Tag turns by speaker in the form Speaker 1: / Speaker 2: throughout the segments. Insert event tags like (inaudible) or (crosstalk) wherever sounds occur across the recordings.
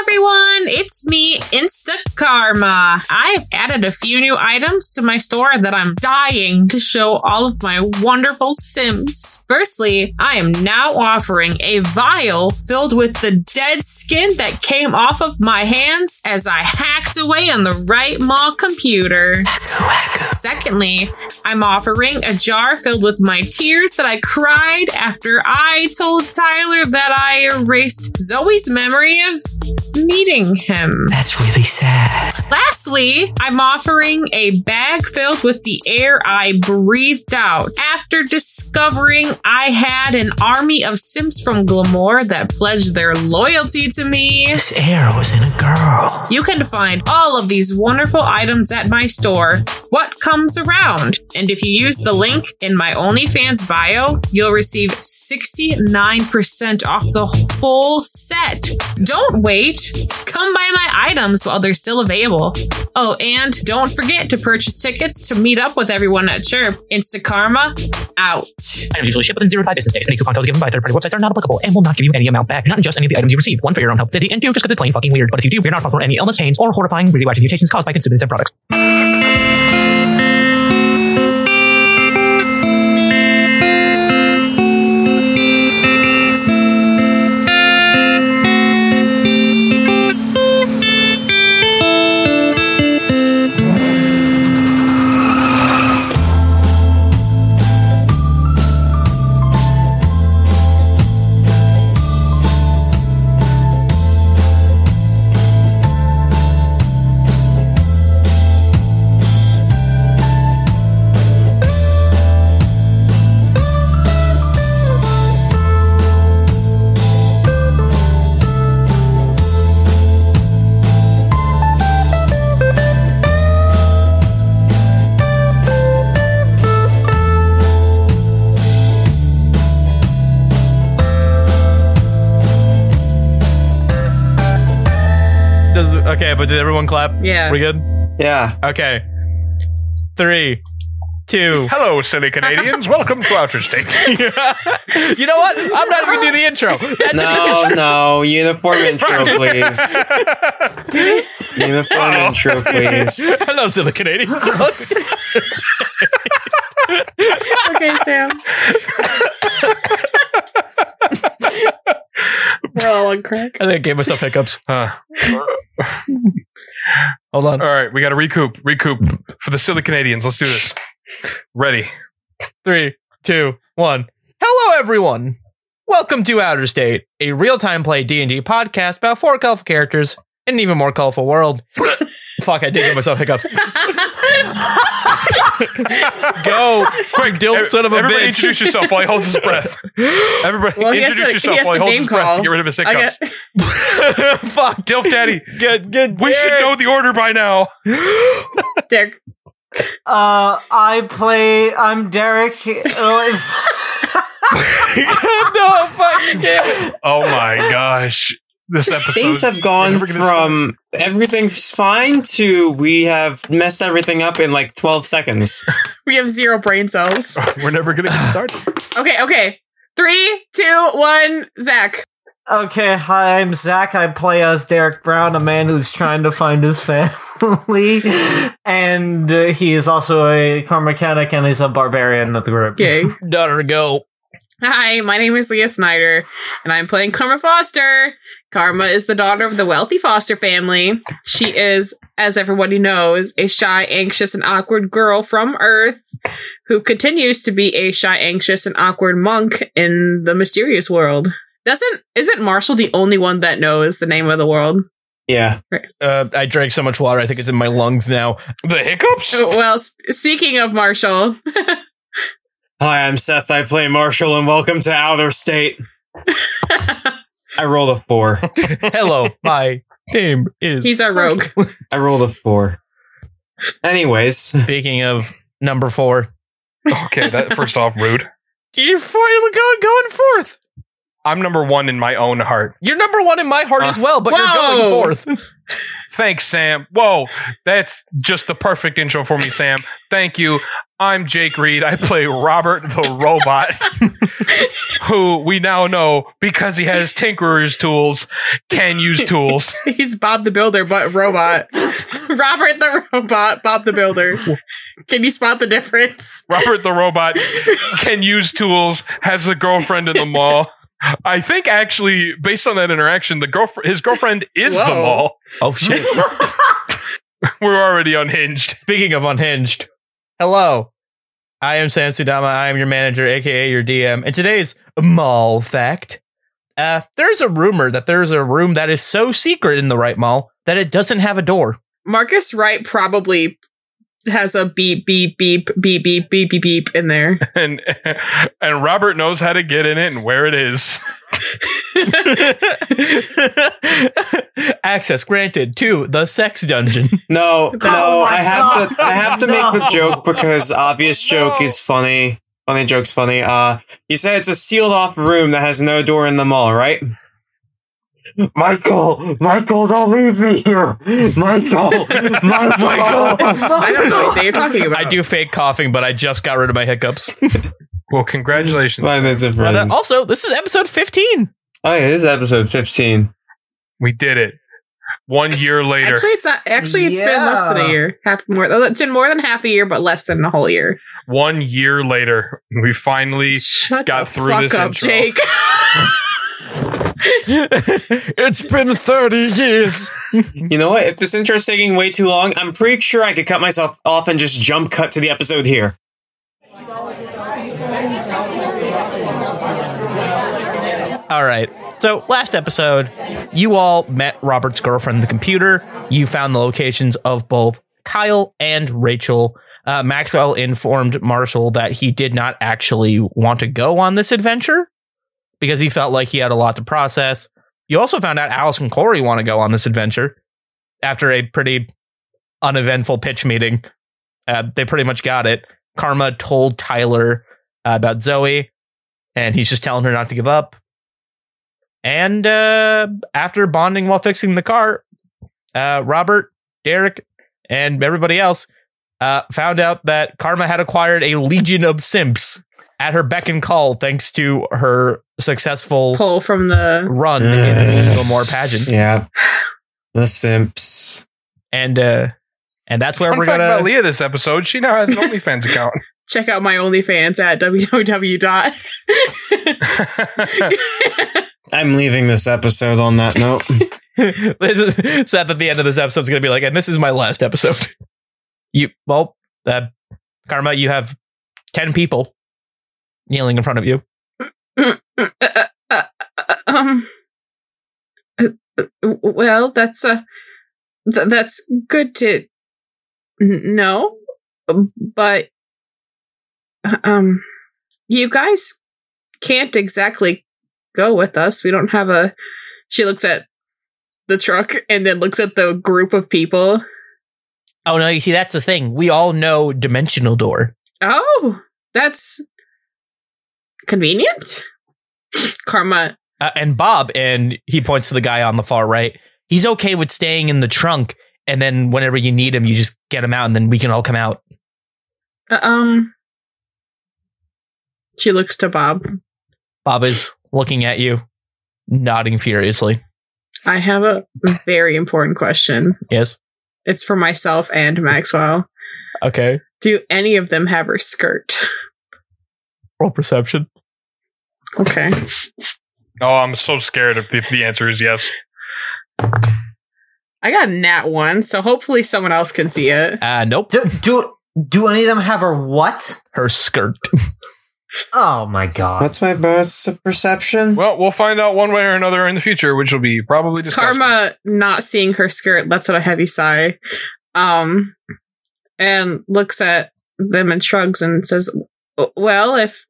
Speaker 1: everyone, it's me, Instakarma. I've added a few new items to my store that I'm dying to show all of my wonderful Sims. Firstly, I am now offering a vial filled with the dead skin that came off of my hands as I hacked away on the right mall computer. Secondly, I'm offering a jar filled with my tears that I cried after I told Tyler that I erased Zoe's memory of meeting him.
Speaker 2: That's really sad.
Speaker 1: Lastly, I'm offering a bag filled with the air I breathed out after discovering I had an army of Sims from Glamour that pledged their loyalty to me.
Speaker 2: This air was in a girl.
Speaker 1: You can find all of these wonderful items at my store, What Comes Around. And if you use the link in my OnlyFans bio, you'll receive 69% off the full set. Don't wait. Come buy my items while they're still available. Oh, and don't forget to purchase tickets to meet up with everyone at Chirp. Instakarma out.
Speaker 2: Items usually ship within zero to five business days. Any coupon codes given by third-party websites are not applicable and will not give you any amount back. Not in just any of the items you received. One for your own health city, and two just because it's plain fucking weird. But if you do, you're not responsible for any illness, pains, or horrifying radioactive mutations caused by consuming said products.
Speaker 3: Does okay, but did everyone clap?
Speaker 1: Yeah.
Speaker 3: We good?
Speaker 4: (laughs)
Speaker 5: Yeah.
Speaker 3: Okay. Three, two.
Speaker 4: Hello, silly
Speaker 1: (laughs)
Speaker 4: Canadians. Welcome to Outer State.
Speaker 3: you know what? I'm not even gonna do the intro.
Speaker 2: (laughs)
Speaker 3: That-
Speaker 5: No, no.
Speaker 4: (laughs)
Speaker 5: Uniform intro, please. Uniform intro, please.
Speaker 3: Hello, silly Canadians.
Speaker 1: Okay, Sam. We're all on crack.
Speaker 3: (laughs) I think I gave myself hiccups.
Speaker 4: Huh.
Speaker 3: Hold on.
Speaker 4: All right, we got to recoup, recoup for the silly Canadians. Let's do this. Ready?
Speaker 3: Three, two, one. Hello, everyone. Welcome to Outer State, a real-time play D&D podcast about four colorful characters in an even more colorful
Speaker 4: (laughs)
Speaker 3: world. Fuck, I did give myself hiccups. Go, quick, dill son of a
Speaker 4: Everybody
Speaker 3: bitch.
Speaker 4: introduce yourself while he holds his
Speaker 1: (laughs)
Speaker 4: breath. Everybody
Speaker 1: Well, he has
Speaker 4: introduce
Speaker 1: to- he
Speaker 4: yourself
Speaker 1: has
Speaker 4: while he
Speaker 1: to
Speaker 4: holds
Speaker 1: name
Speaker 4: his breath
Speaker 1: call.
Speaker 4: to get rid of his
Speaker 1: I
Speaker 3: (laughs)
Speaker 4: hiccups.
Speaker 3: Fuck, dill.
Speaker 4: Dilf Daddy,
Speaker 3: Good,
Speaker 1: (laughs)
Speaker 3: good.
Speaker 4: we should know the order by now.
Speaker 1: got Derek.
Speaker 6: Uh, I play. I'm Derek. Oh, if-
Speaker 3: (laughs) no, fuck. Yeah.
Speaker 4: Oh my gosh. This episode.
Speaker 5: (laughs) Things have gone
Speaker 4: Never gonna
Speaker 5: from everything's fine to we have messed everything up in like 12 seconds.
Speaker 1: We have zero brain cells.
Speaker 4: We're never going to get
Speaker 1: (sighs)
Speaker 4: started.
Speaker 1: Okay, okay. Three, two, one, Zach.
Speaker 6: okay, hi, I'm Zach. I play as Derek Brown, a man who's trying to find his family, (laughs) and uh, he is also a car mechanic and he's a barbarian of the group.
Speaker 1: Okay.
Speaker 3: Daughter, go.
Speaker 1: Hi, my name is Leah Snyder, and I'm playing Karma Foster. Karma is the daughter of the wealthy Foster family. She is, as everybody knows, a shy, anxious, and awkward girl from Earth who continues to be a shy, anxious, and awkward monk in the mysterious world. Doesn't isn't Marshall the only one that knows the name of the world?
Speaker 5: Yeah.
Speaker 3: Uh, I drank so much water, I think it's in my lungs now.
Speaker 4: The hiccups?
Speaker 1: Oh, Well, s- speaking of Marshall,
Speaker 5: Hi, I'm Seth. I play Marshall, and welcome to Outer
Speaker 7: (laughs)
Speaker 5: State. I rolled a four.
Speaker 3: Hello, my name is.
Speaker 1: he's our rogue.
Speaker 5: I rolled a four. Anyways,
Speaker 3: Speaking of number four,
Speaker 4: Okay, that first off, rude.
Speaker 3: you're finally going going fourth.
Speaker 4: I'm number one in my own heart.
Speaker 3: You're number one in my heart
Speaker 4: Uh,
Speaker 3: as well, but
Speaker 1: Whoa.
Speaker 3: you're going fourth.
Speaker 4: Thanks, Sam. Whoa, that's just the perfect intro for me, Sam. Thank you. I'm Jake Reed. I play Robert the Robot. (laughs) who we now know because he has Tinkerer's tools can use tools.
Speaker 8: He's Bob the Builder, but (laughs) robot. Robert the robot, Bob the Builder. Can you spot the difference?
Speaker 4: Robert the robot can use tools. Has a girlfriend in the mall. I think actually, based on that interaction, the girlfriend his girlfriend is the
Speaker 8: Whoa.
Speaker 4: mall. (laughs)
Speaker 3: Oh shit.
Speaker 4: We're already unhinged.
Speaker 3: (laughs) Speaking of unhinged, hello. I am Sam Sudama. I am your manager, aka your DM. And today's mall fact. Uh, there's a rumor that there's a room that is so secret in the right mall that it doesn't have a (laughs) door.
Speaker 8: Marcus Wright probably has a beep, beep, beep, beep, beep, beep, beep, beep in there.
Speaker 4: and and Robert knows how to get in it and where it is.
Speaker 3: Access granted to the sex dungeon.
Speaker 5: No, no,
Speaker 7: oh my
Speaker 5: I have
Speaker 7: God.
Speaker 5: to I have to make the
Speaker 7: (laughs) No. Oh,
Speaker 5: joke because obvious joke is funny. Funny joke's funny. Uh you said it's a sealed off room that has no door in the mall, right? Michael, Michael, don't leave me here.
Speaker 4: (laughs)
Speaker 5: Michael, (laughs) Michael.
Speaker 8: I don't know what you're talking about.
Speaker 3: I do fake coughing, but I just got rid of my hiccups.
Speaker 4: Well, congratulations.
Speaker 5: My name's a
Speaker 3: And, uh,
Speaker 5: friend.
Speaker 3: also, this is episode (laughs) 15.
Speaker 5: Oh, yeah, this is episode 15.
Speaker 4: We did it. One year later.
Speaker 8: Actually, it's not. Actually, it's been less than a
Speaker 7: Yeah.
Speaker 8: year. Half more. oh, It's been more than half a year, but less than a whole year.
Speaker 4: one year later, we finally
Speaker 8: Shut
Speaker 4: got
Speaker 8: the
Speaker 4: through
Speaker 8: fuck
Speaker 4: this
Speaker 8: up,
Speaker 4: intro.
Speaker 8: Jake.
Speaker 3: it's been 30 years.
Speaker 5: You know what? If this intro's taking way too long, I'm pretty sure I could cut myself off and just jump cut to the episode here.
Speaker 3: All right. So, last episode, you all met Robert's girlfriend, on the computer. You found the locations of both Kyle and Rachel. Uh, Maxwell informed Marshall that he did not actually want to go on this adventure because he felt like he had a lot to process. You also found out Alice and Corey want to go on this adventure after a pretty uneventful pitch meeting. Uh, they pretty much got it. Karma told Tyler uh, about Zoe, and he's just telling her not to give up. And uh, after bonding while fixing the car, uh, Robert, Derek, and everybody else uh, found out that Karma had acquired a legion of simps at her beck and call thanks to her successful
Speaker 8: Pull from the.
Speaker 3: run in Gilmore pageant.
Speaker 5: Yeah. The simps.
Speaker 3: And uh, and that's where
Speaker 4: Fun
Speaker 3: we're
Speaker 4: fact
Speaker 3: gonna
Speaker 4: about Leah this episode, she now has an OnlyFans account.
Speaker 8: Check out my OnlyFans at www. dot. (laughs)
Speaker 5: I'm leaving this episode on that note.
Speaker 3: (laughs) this is, Seth at the end of this episode is going to be like, and this is my last episode. (laughs) You well, uh, Karma, you have ten people kneeling in front of you.
Speaker 8: um. uh, uh, Well, that's a. Th- that's good to n- know, but um, you guys can't exactly go with us. We don't have a. She looks at the truck and then looks at the group of people.
Speaker 3: Oh no, you see, that's the thing. We all know Dimensional Door.
Speaker 8: Oh, that's convenient. Karma.
Speaker 3: Uh, and Bob, and he points to the guy on the far right. He's okay with staying in the trunk, and then whenever you need him, you just get him out, and then we can all come out.
Speaker 8: uh, Um. She looks to Bob.
Speaker 3: Bob is looking at you, nodding furiously.
Speaker 8: I have a very important question.
Speaker 3: Yes.
Speaker 8: It's for myself and Maxwell.
Speaker 3: Okay.
Speaker 8: Do any of them have her skirt?
Speaker 3: Roll perception.
Speaker 8: Okay.
Speaker 4: (laughs) oh, I'm so scared if the, if the answer is yes.
Speaker 8: I got a nat one, so hopefully someone else can see it.
Speaker 3: Uh, nope.
Speaker 7: Do, do do any of them have her what?
Speaker 3: Her skirt.
Speaker 7: Oh my god.
Speaker 5: What's my best perception?
Speaker 4: Well, we'll find out one way or another in the future, which will be probably disgusting.
Speaker 8: Karma not seeing her skirt lets out a heavy sigh. Um and looks at them and shrugs and says, Well, if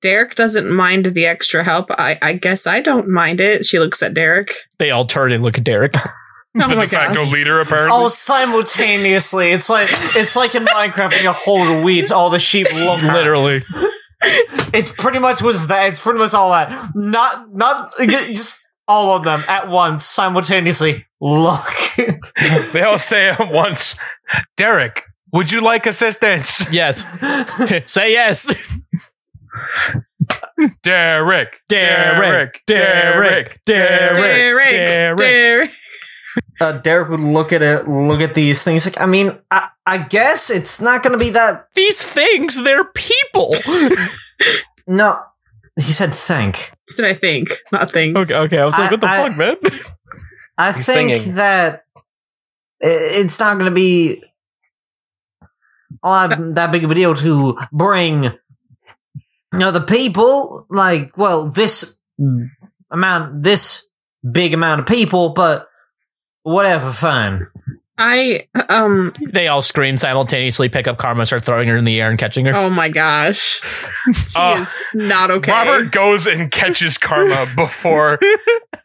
Speaker 8: Derek doesn't mind the extra help, I, I guess I don't mind it. She looks at Derek.
Speaker 3: They all turn and look at (laughs) Derek.
Speaker 4: (laughs)
Speaker 8: Oh
Speaker 4: the
Speaker 8: my
Speaker 4: de facto
Speaker 8: gosh.
Speaker 4: leader, apparently.
Speaker 7: All simultaneously. It's like it's like in Minecraft when you hold the weeds, all the sheep look.
Speaker 3: (laughs) Literally.
Speaker 7: It's pretty much was that. It's pretty much all that. Not not ju- just all of them at once simultaneously. Look. (laughs)
Speaker 4: they all say at once, Derek, would
Speaker 3: (laughs)
Speaker 4: you like assistance?
Speaker 3: Yes. Say yes.
Speaker 4: Derek.
Speaker 3: Derek, Derek, Derek. Derek.
Speaker 8: Derek.
Speaker 7: Uh, Derek would look at it, look at these things. Like, I mean, I, I guess it's not going to be that.
Speaker 3: These things, they're people.
Speaker 7: No, he said thank.
Speaker 8: Said I think, not things.
Speaker 3: (laughs) okay, okay. I was like,
Speaker 7: I-
Speaker 3: what the
Speaker 7: I-
Speaker 3: fuck, man?
Speaker 7: I
Speaker 3: He's
Speaker 7: think
Speaker 3: singing.
Speaker 7: that i- it's not going to be
Speaker 3: (laughs)
Speaker 7: all that, that big of a deal to bring, you know, the people. Like, well, this amount, this big amount of people, but whatever, fine.
Speaker 8: I um.
Speaker 3: (laughs) They all scream simultaneously, pick up Karma, start throwing her in the air and catching her.
Speaker 8: Oh my gosh, she
Speaker 4: Uh,
Speaker 8: is not okay.
Speaker 4: Robert goes and catches (laughs) Karma before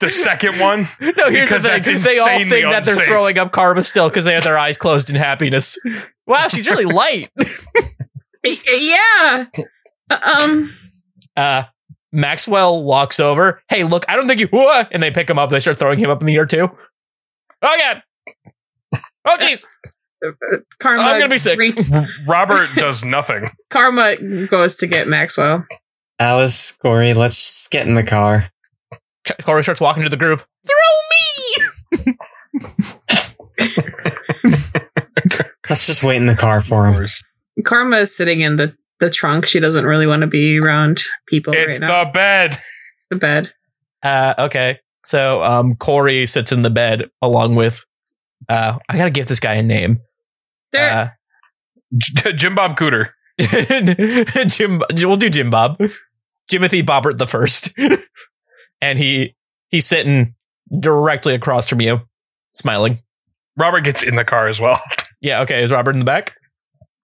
Speaker 4: the second one.
Speaker 3: (laughs) No, here's
Speaker 4: Because
Speaker 3: the
Speaker 4: that's
Speaker 3: thing. They all think
Speaker 4: insanely
Speaker 3: that they're
Speaker 4: unsafe.
Speaker 3: throwing up Karma still because they have their eyes closed in happiness. Wow, she's (laughs) really light.
Speaker 8: Y- (laughs) yeah. Uh, Um.
Speaker 3: Uh, Maxwell walks over. Hey, look, I don't think you. Whoa! And they pick him up. They start throwing him up in the air too. Oh god. Oh jeez.
Speaker 8: Karma.
Speaker 3: I'm gonna be sick.
Speaker 8: reach-
Speaker 4: R- Robert does nothing.
Speaker 8: Karma goes to get Maxwell.
Speaker 5: Alice, Corey, let's just get in the car.
Speaker 3: K- Corey starts walking to the group. Throw me.
Speaker 5: Let's just wait in the car for him.
Speaker 8: Karma is sitting in the the trunk. She doesn't really want to be around people
Speaker 4: It's
Speaker 8: right now.
Speaker 4: the bed.
Speaker 8: The bed.
Speaker 3: Uh, okay. So um, Corey sits in the bed along with. Uh, I gotta give this guy a name.
Speaker 8: There.
Speaker 3: Uh, (laughs)
Speaker 4: J- Jim Bob Cooter.
Speaker 3: Jim, we'll do Jim Bob, Jimothy Bobbert the first, (laughs) and he he's sitting directly across from you, smiling.
Speaker 4: Robert gets in the car as well. (laughs)
Speaker 3: Yeah, okay. Is Robert in the back?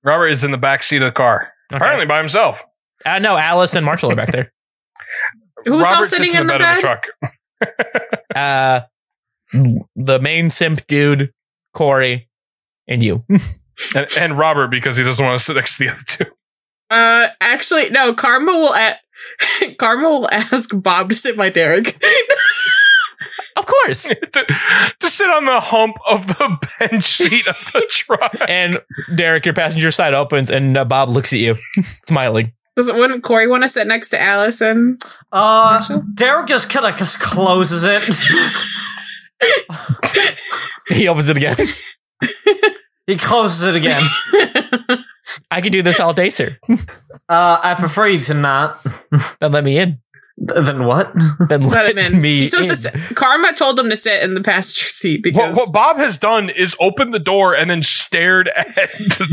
Speaker 4: Robert is in the back seat of the car,
Speaker 3: Okay.
Speaker 4: apparently by himself.
Speaker 3: Uh, no, Alice and Marshall are back
Speaker 8: (laughs)
Speaker 3: there.
Speaker 8: Who's
Speaker 4: Robert
Speaker 8: all sitting
Speaker 4: sits in, the, bed of the truck.
Speaker 3: Uh, the main simp dude, Corey, and you.
Speaker 4: And, and Robert, because he doesn't want to sit next to the other two. (laughs)
Speaker 8: Uh, actually, no. Karma will at (laughs) Karma will ask Bob to sit by Derek. (laughs)
Speaker 3: Of course.
Speaker 4: to, to sit on the hump of the (laughs) bench seat of the truck.
Speaker 3: (laughs) and Derek, your passenger side opens, and uh, Bob looks at
Speaker 8: (laughs)
Speaker 3: you, smiling.
Speaker 8: Doesn't wouldn't Corey want to sit next to Allison?
Speaker 7: Uh,
Speaker 8: Marshall?
Speaker 7: Derek just kind of just closes it. (laughs)
Speaker 3: He opens it again. (laughs)
Speaker 7: he closes it again.
Speaker 3: I could do this all day, sir.
Speaker 7: Uh, I prefer you to not.
Speaker 3: Then let me in.
Speaker 7: Th- Then what?
Speaker 3: Then
Speaker 8: Let
Speaker 3: let,
Speaker 8: him in.
Speaker 3: me
Speaker 8: He's supposed
Speaker 3: in.
Speaker 8: to sit. Karma told him to sit in the passenger (laughs) seat
Speaker 4: What,
Speaker 8: because
Speaker 4: what Bob has done is opened the door and then stared (laughs) at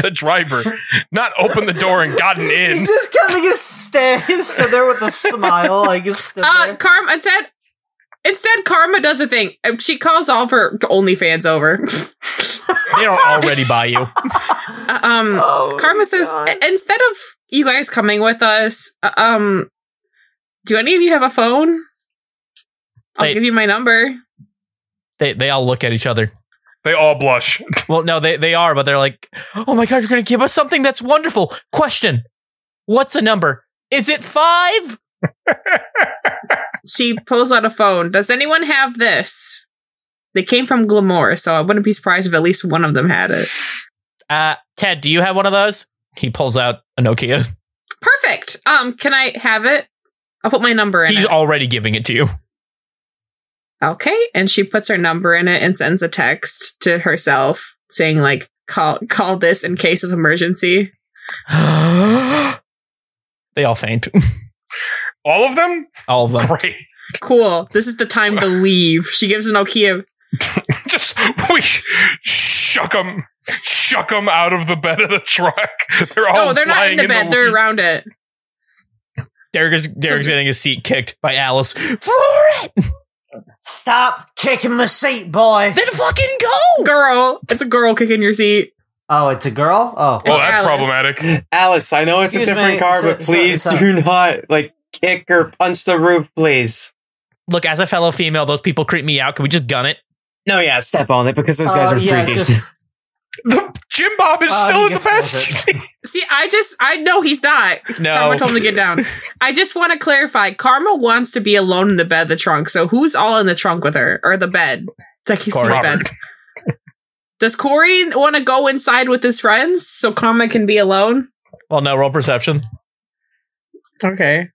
Speaker 4: the driver, not opened the door and gotten
Speaker 7: He (laughs)
Speaker 4: in.
Speaker 7: just kind of just stands stood there with a smile, like he's
Speaker 3: (laughs) Ah,
Speaker 7: stood
Speaker 8: uh,
Speaker 7: there.
Speaker 8: Karma instead. Instead, Karma does a thing. Um, She calls all of her OnlyFans over. (laughs)
Speaker 3: they don't already buy you.
Speaker 8: Uh, um,
Speaker 7: Oh,
Speaker 8: Karma says,
Speaker 7: God.
Speaker 8: "I- instead of you guys coming with us, uh, um, do any of you have a phone? I'll
Speaker 3: Wait.
Speaker 8: give you my number.
Speaker 3: They they all look at each other.
Speaker 4: They all blush.
Speaker 3: Well, no, they they are, but they're like, oh my god, you're gonna give us something that's wonderful. Question: What's a number? Is it five?
Speaker 8: She pulls out a phone. Does anyone have this? They came from Glamour, so I wouldn't be surprised if at least one of them had it.
Speaker 3: Uh, Ted, do you have one of those? He pulls out a Nokia.
Speaker 8: Perfect. Um, can I have it? I'll put my number in.
Speaker 3: He's
Speaker 8: it.
Speaker 3: already giving it to you. (gasps)
Speaker 8: okay. And she puts her number in it and sends a text to herself saying like, call call this in case of emergency.
Speaker 3: they all faint. (laughs)
Speaker 4: All of them?
Speaker 3: All of them.
Speaker 4: Great.
Speaker 8: Cool. This is the time
Speaker 3: (laughs)
Speaker 8: to leave. She gives an Nokia.
Speaker 4: Just we sh- shook them, shook them out of the bed of the truck. They're all
Speaker 3: Oh,
Speaker 8: No, they're not
Speaker 4: lying
Speaker 8: in the bed. they're
Speaker 4: wheat.
Speaker 8: around it.
Speaker 3: Derek is Derek's getting his seat kicked by Alice. Floor it.
Speaker 7: Stop kicking my seat, boy.
Speaker 3: Then fucking go.
Speaker 8: Girl, it's a girl kicking your seat.
Speaker 7: Oh, it's a girl. Oh,
Speaker 4: Well,
Speaker 8: It's
Speaker 4: that's
Speaker 8: Alice.
Speaker 4: problematic.
Speaker 5: Alice, I know it's
Speaker 7: Excuse
Speaker 5: a different
Speaker 7: me,
Speaker 5: car,
Speaker 7: so-
Speaker 5: but
Speaker 7: so-
Speaker 5: please
Speaker 7: so-
Speaker 5: do not like kick or punch the roof, please.
Speaker 3: Look, as a fellow female, those people creep me out. Can we just gun it?
Speaker 5: No, yeah, step on it because those guys
Speaker 7: Uh,
Speaker 5: are
Speaker 7: yeah,
Speaker 5: freaky.
Speaker 7: just-
Speaker 4: The Jim Bob is
Speaker 7: Uh,
Speaker 4: still
Speaker 7: he
Speaker 4: in the
Speaker 7: gets bored
Speaker 4: bed.
Speaker 8: See, I just, I know he's not.
Speaker 3: No.
Speaker 8: Karma told him to get down. I just want to clarify. Karma wants to be alone in the bed, of the trunk. So who's all in the trunk with her or the bed? It's like he's in the
Speaker 3: Corey.
Speaker 8: bed. Does Corey want to go inside with his friends so Karma can be alone?
Speaker 3: Well, no. Roll perception.
Speaker 8: Okay.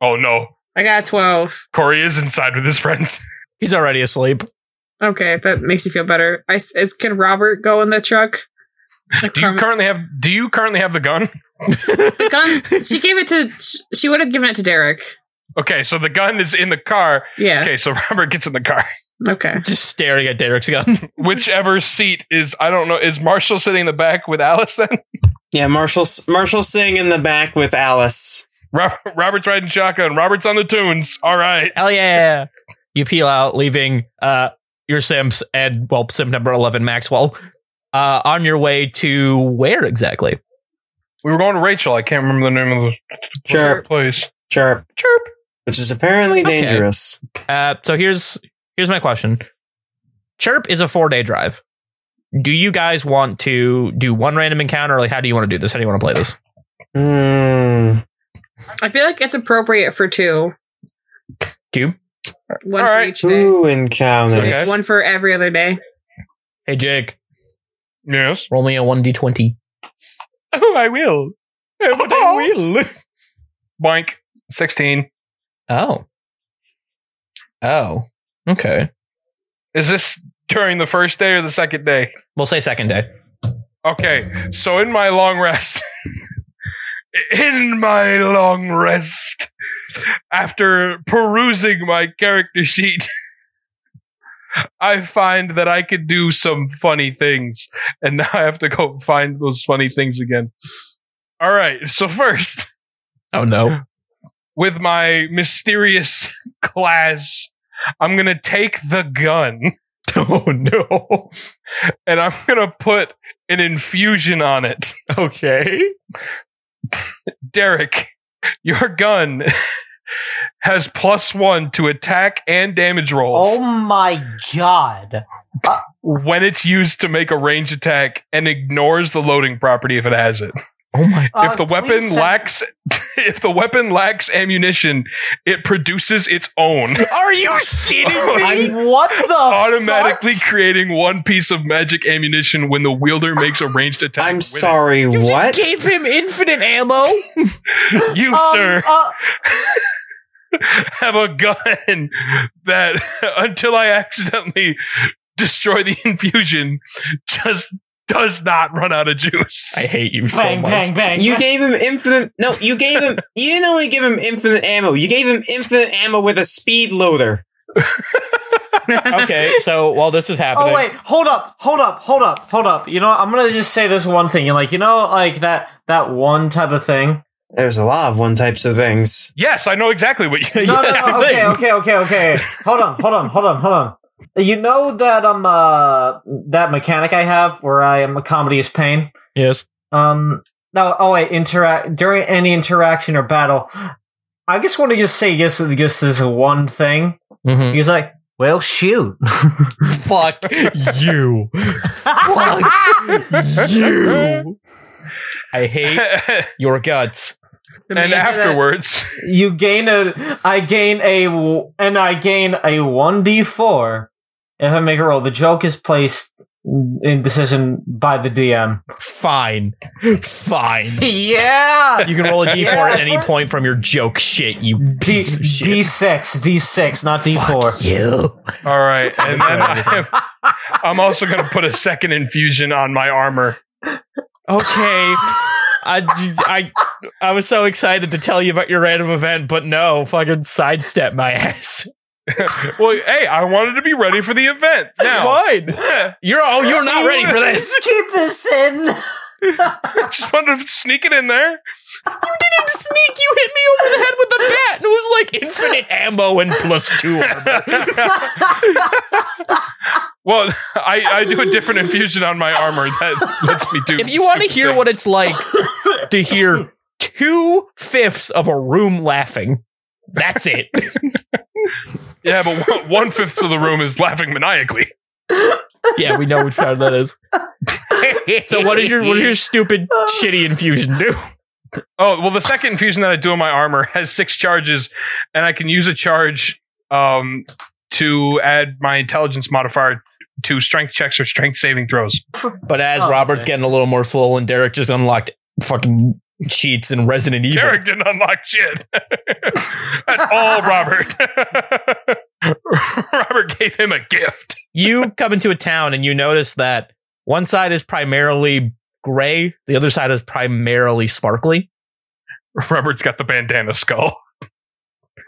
Speaker 4: Oh no,
Speaker 8: I got a 12.
Speaker 4: Corey is inside with his friends.
Speaker 3: He's already asleep. (laughs)
Speaker 8: Okay, that makes you feel better. I, s- is, can Robert go in the truck? Like,
Speaker 4: Do you
Speaker 8: Carmen-
Speaker 4: currently have? Do you currently have the gun?
Speaker 8: the gun. Oh She gave it to. sh- She would have given it to Derek.
Speaker 4: Okay, so the gun is in the car.
Speaker 8: Yeah.
Speaker 4: Okay, so (laughs) Robert gets in the car.
Speaker 8: Okay.
Speaker 3: Just staring at Derek's gun. (laughs)
Speaker 4: Whichever seat is, I don't know. Is Marshall sitting in the back with Alice then?
Speaker 5: (laughs)
Speaker 4: (laughs)
Speaker 5: Yeah, Marshall Marshall sitting in the back with Alice.
Speaker 4: Rob- Robert's riding shotgun. Robert's on the tunes. All right.
Speaker 3: Hell yeah. You peel out, leaving uh, your Sims and, well, Sim number 11, Maxwell, uh, on your way to where exactly?
Speaker 4: We were going to Rachel. I can't remember the name of the what's
Speaker 5: Sure.
Speaker 4: that place.
Speaker 5: Chirp,
Speaker 4: Chirp.
Speaker 5: which is apparently
Speaker 3: Okay.
Speaker 5: dangerous.
Speaker 3: Uh, so here's here's my question. Chirp is a four day drive. Do you guys want to do one random encounter? Or like, how do you want to do this? How do you want to play this?
Speaker 5: Hmm.
Speaker 8: I feel like it's appropriate for two.
Speaker 3: Cube.
Speaker 8: One for
Speaker 4: Alright.
Speaker 8: each day.
Speaker 5: Two encounters.
Speaker 4: Okay.
Speaker 8: One for every other day.
Speaker 3: Hey Jake,
Speaker 4: Yes.
Speaker 3: roll me a one d twenty.
Speaker 4: Oh, I will.
Speaker 3: But I (laughs) will.
Speaker 4: Oh. Boink. Sixteen.
Speaker 3: Oh. Oh. Okay.
Speaker 4: Is this during the first day or the second day?
Speaker 3: We'll say second day.
Speaker 4: Okay, so in my long rest, (laughs) in my long rest, after perusing my character sheet, (laughs) I find that I could do some funny things, and now I have to go find those funny things again. All right, so first,
Speaker 3: Oh no.
Speaker 4: with my mysterious (laughs) class, I'm gonna take the gun (laughs)
Speaker 3: oh no.
Speaker 4: and I'm gonna put an infusion on it.
Speaker 3: Okay.
Speaker 4: Derek, your gun (laughs) has plus one to attack and damage rolls
Speaker 7: Oh my god.
Speaker 4: when it's used to make a range attack and ignores the loading property if it has it.
Speaker 3: Oh my.
Speaker 7: Uh,
Speaker 4: if the
Speaker 7: please
Speaker 4: weapon
Speaker 7: send-
Speaker 4: lacks (laughs) if the weapon lacks ammunition, it produces its own.
Speaker 3: Are you
Speaker 4: (laughs)
Speaker 3: shitting
Speaker 7: I- what the
Speaker 4: Automatically
Speaker 7: fuck?
Speaker 4: creating one piece of magic ammunition when the wielder makes a ranged attack.
Speaker 5: I'm
Speaker 4: with it.
Speaker 5: sorry, what?
Speaker 3: gave him infinite ammo.
Speaker 4: (laughs) You,
Speaker 7: Um,
Speaker 4: sir,
Speaker 7: uh,
Speaker 4: have a gun (laughs) that until I accidentally destroy the (laughs) infusion just does not run out of juice.
Speaker 3: I hate you so
Speaker 7: bang,
Speaker 3: much.
Speaker 7: bang, bang.
Speaker 5: You gave him infinite. No, you gave
Speaker 8: (laughs)
Speaker 5: him. You didn't only give him infinite ammo. You gave him infinite ammo with a speed loader.
Speaker 3: Okay. So while this is happening,
Speaker 7: Oh wait, hold up, hold up, hold up, hold up. You know, what? I'm gonna just say this one thing. You're like, you know, like that that one type of thing.
Speaker 5: There's a lot of one types of things.
Speaker 4: yes, I know exactly what you. (laughs)
Speaker 7: No,
Speaker 3: Yes,
Speaker 7: no, no.
Speaker 3: I
Speaker 7: Okay,
Speaker 3: think.
Speaker 7: okay, okay, okay. hold on, hold on, hold on, hold on. You know that um uh that mechanic I have where I am a comedy is pain.
Speaker 3: Yes.
Speaker 7: Um. No. Oh wait. Interact during any interaction or battle. I just want to just say just just this one thing.
Speaker 3: Mm-hmm.
Speaker 7: He's like, well, shoot. (laughs)
Speaker 3: Fuck you. you. (laughs) I hate your guts.
Speaker 8: The
Speaker 4: and
Speaker 8: minute
Speaker 3: (laughs)
Speaker 8: that-
Speaker 4: afterwards,
Speaker 7: you gain a i gain a w- and i gain a 1d4 if i make a roll the joke is placed in decision by the dm
Speaker 3: Fine. Fine.
Speaker 7: (laughs) yeah
Speaker 3: You can roll a d4 at
Speaker 7: Yeah.
Speaker 3: any point from your joke shit, you
Speaker 7: D-
Speaker 3: piece of shit.
Speaker 7: d6 d6 not d4
Speaker 3: you.
Speaker 4: all right, and then I'm, I'm also going to put a second infusion on my armor.
Speaker 3: (laughs) Okay. I, I, I was so excited to tell you about your random event, but no, fucking sidestep my ass.
Speaker 4: Well, hey, I wanted to be ready for the event. Now,
Speaker 3: Fine.
Speaker 4: (laughs) Yeah,
Speaker 3: You're oh, you're not ready for this.
Speaker 7: keep this in
Speaker 4: (laughs) just wanted to sneak it in there.
Speaker 3: didn't sneak. You hit me over the head with the bat, and it was like infinite ammo and plus two armor.
Speaker 4: Well, (laughs) I, I do a different infusion on my armor that lets me do.
Speaker 3: If you want to
Speaker 4: stupid
Speaker 3: hear
Speaker 4: things.
Speaker 3: what it's like to hear two fifths of a room laughing, that's it.
Speaker 4: yeah, but one, one fifth of the room is laughing maniacally.
Speaker 3: yeah, we know which crowd that (laughs) is. So what did your what did your stupid shitty infusion do?
Speaker 4: Oh well, the second infusion that I do on my armor (laughs) has six charges, and I can use a charge um, to add my intelligence modifier to strength checks or strength saving throws.
Speaker 3: But as
Speaker 7: Oh,
Speaker 3: Robert's
Speaker 7: okay.
Speaker 3: getting a little more swollen, Derek just unlocked fucking cheats in Resident Evil.
Speaker 4: Derek didn't unlock shit (laughs) at all, Robert. (laughs) Robert gave him a gift.
Speaker 3: You come into a town and you notice that one side is primarily gray, the other side is primarily sparkly. (laughs)
Speaker 4: Robert's got the bandana skull.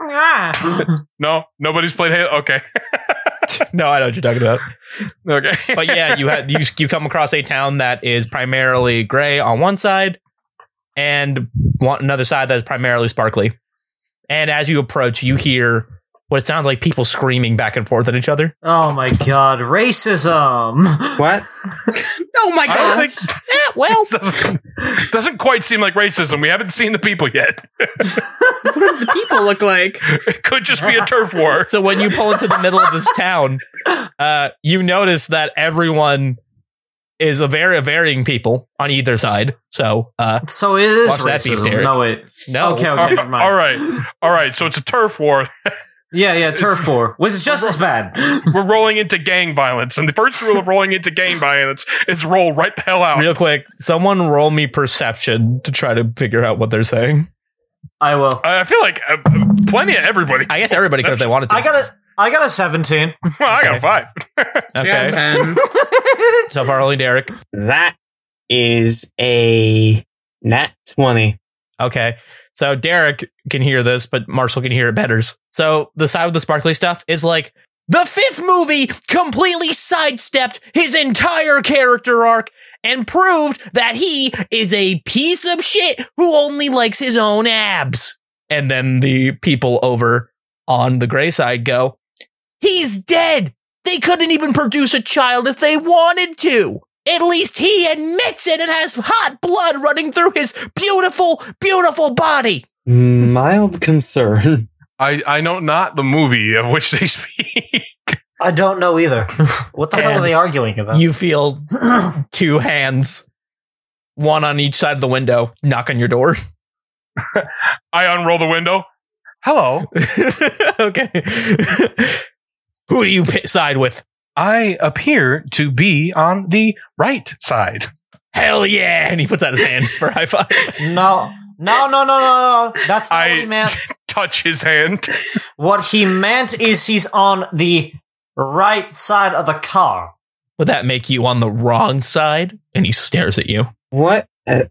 Speaker 7: Ah.
Speaker 4: No, nobody's played Halo. Okay, (laughs)
Speaker 3: No, I know what you're talking about. (laughs)
Speaker 4: okay.
Speaker 3: But yeah, you had you you come across a town that is primarily gray on one side, and one another side that is primarily sparkly. And as you approach, you hear what sounds like people screaming back and forth at each other.
Speaker 7: oh my god, racism!
Speaker 5: What?
Speaker 8: Oh my
Speaker 4: I don't
Speaker 8: god.
Speaker 4: think doesn't, (laughs) doesn't quite seem like racism. We haven't seen the people yet.
Speaker 8: What do the people look like?
Speaker 4: It could just be a turf war.
Speaker 3: So when you pull into the middle of this town, uh, you notice that everyone is a very varying people on either side. So uh,
Speaker 7: So it is
Speaker 3: Watch that beef,
Speaker 7: racism.
Speaker 3: Derek.
Speaker 7: no wait.
Speaker 3: no,
Speaker 7: Okay, okay,
Speaker 4: Oh, All
Speaker 7: never mind.
Speaker 4: right, all right. So it's a turf war.
Speaker 7: Yeah,
Speaker 4: (laughs)
Speaker 7: yeah, turf war, which is just as bad.
Speaker 4: We're rolling into gang violence, and the first rule of rolling into gang violence is roll right the hell out.
Speaker 3: real quick, someone roll me perception to try to figure out what they're saying.
Speaker 7: I will.
Speaker 4: I I feel like uh, plenty of everybody.
Speaker 3: I guess everybody could if they wanted to.
Speaker 7: I got a, I got a seventeen.
Speaker 4: (laughs) Well, I got a five.
Speaker 3: Okay.
Speaker 8: Yeah,
Speaker 3: So far, only Derek.
Speaker 5: That is a nat 20.
Speaker 3: Okay. So Derek can hear this, but Marshall can hear it better. So the side with the sparkly stuff is like the fifth movie completely sidestepped his entire character arc and proved that he is a piece of shit who only likes his own abs. And then the people over on the gray side go, He's dead. They couldn't even produce a child if they wanted to. At least he admits it and has hot blood running through his beautiful, beautiful body.
Speaker 5: Mild concern.
Speaker 4: I, I know not the movie of which they speak. (laughs)
Speaker 7: I don't know (laughs) either. What the hell are
Speaker 3: And
Speaker 7: they arguing about?
Speaker 3: You feel (clears throat) two hands, one on each side of the window, knock on your door. (laughs)
Speaker 4: I unroll the window. Hello.
Speaker 3: okay. (laughs) Who do you pi side with?
Speaker 4: I appear to be on the right side.
Speaker 3: Hell yeah. And he puts out his hand for a high (laughs) five.
Speaker 7: no, no, no, no, no, no. That's not
Speaker 4: I-
Speaker 7: what he meant.
Speaker 4: Touch his hand.
Speaker 7: What he meant is he's on the right side of the car.
Speaker 3: Would that make you on the wrong side? And he stares at you.
Speaker 5: What? Uh,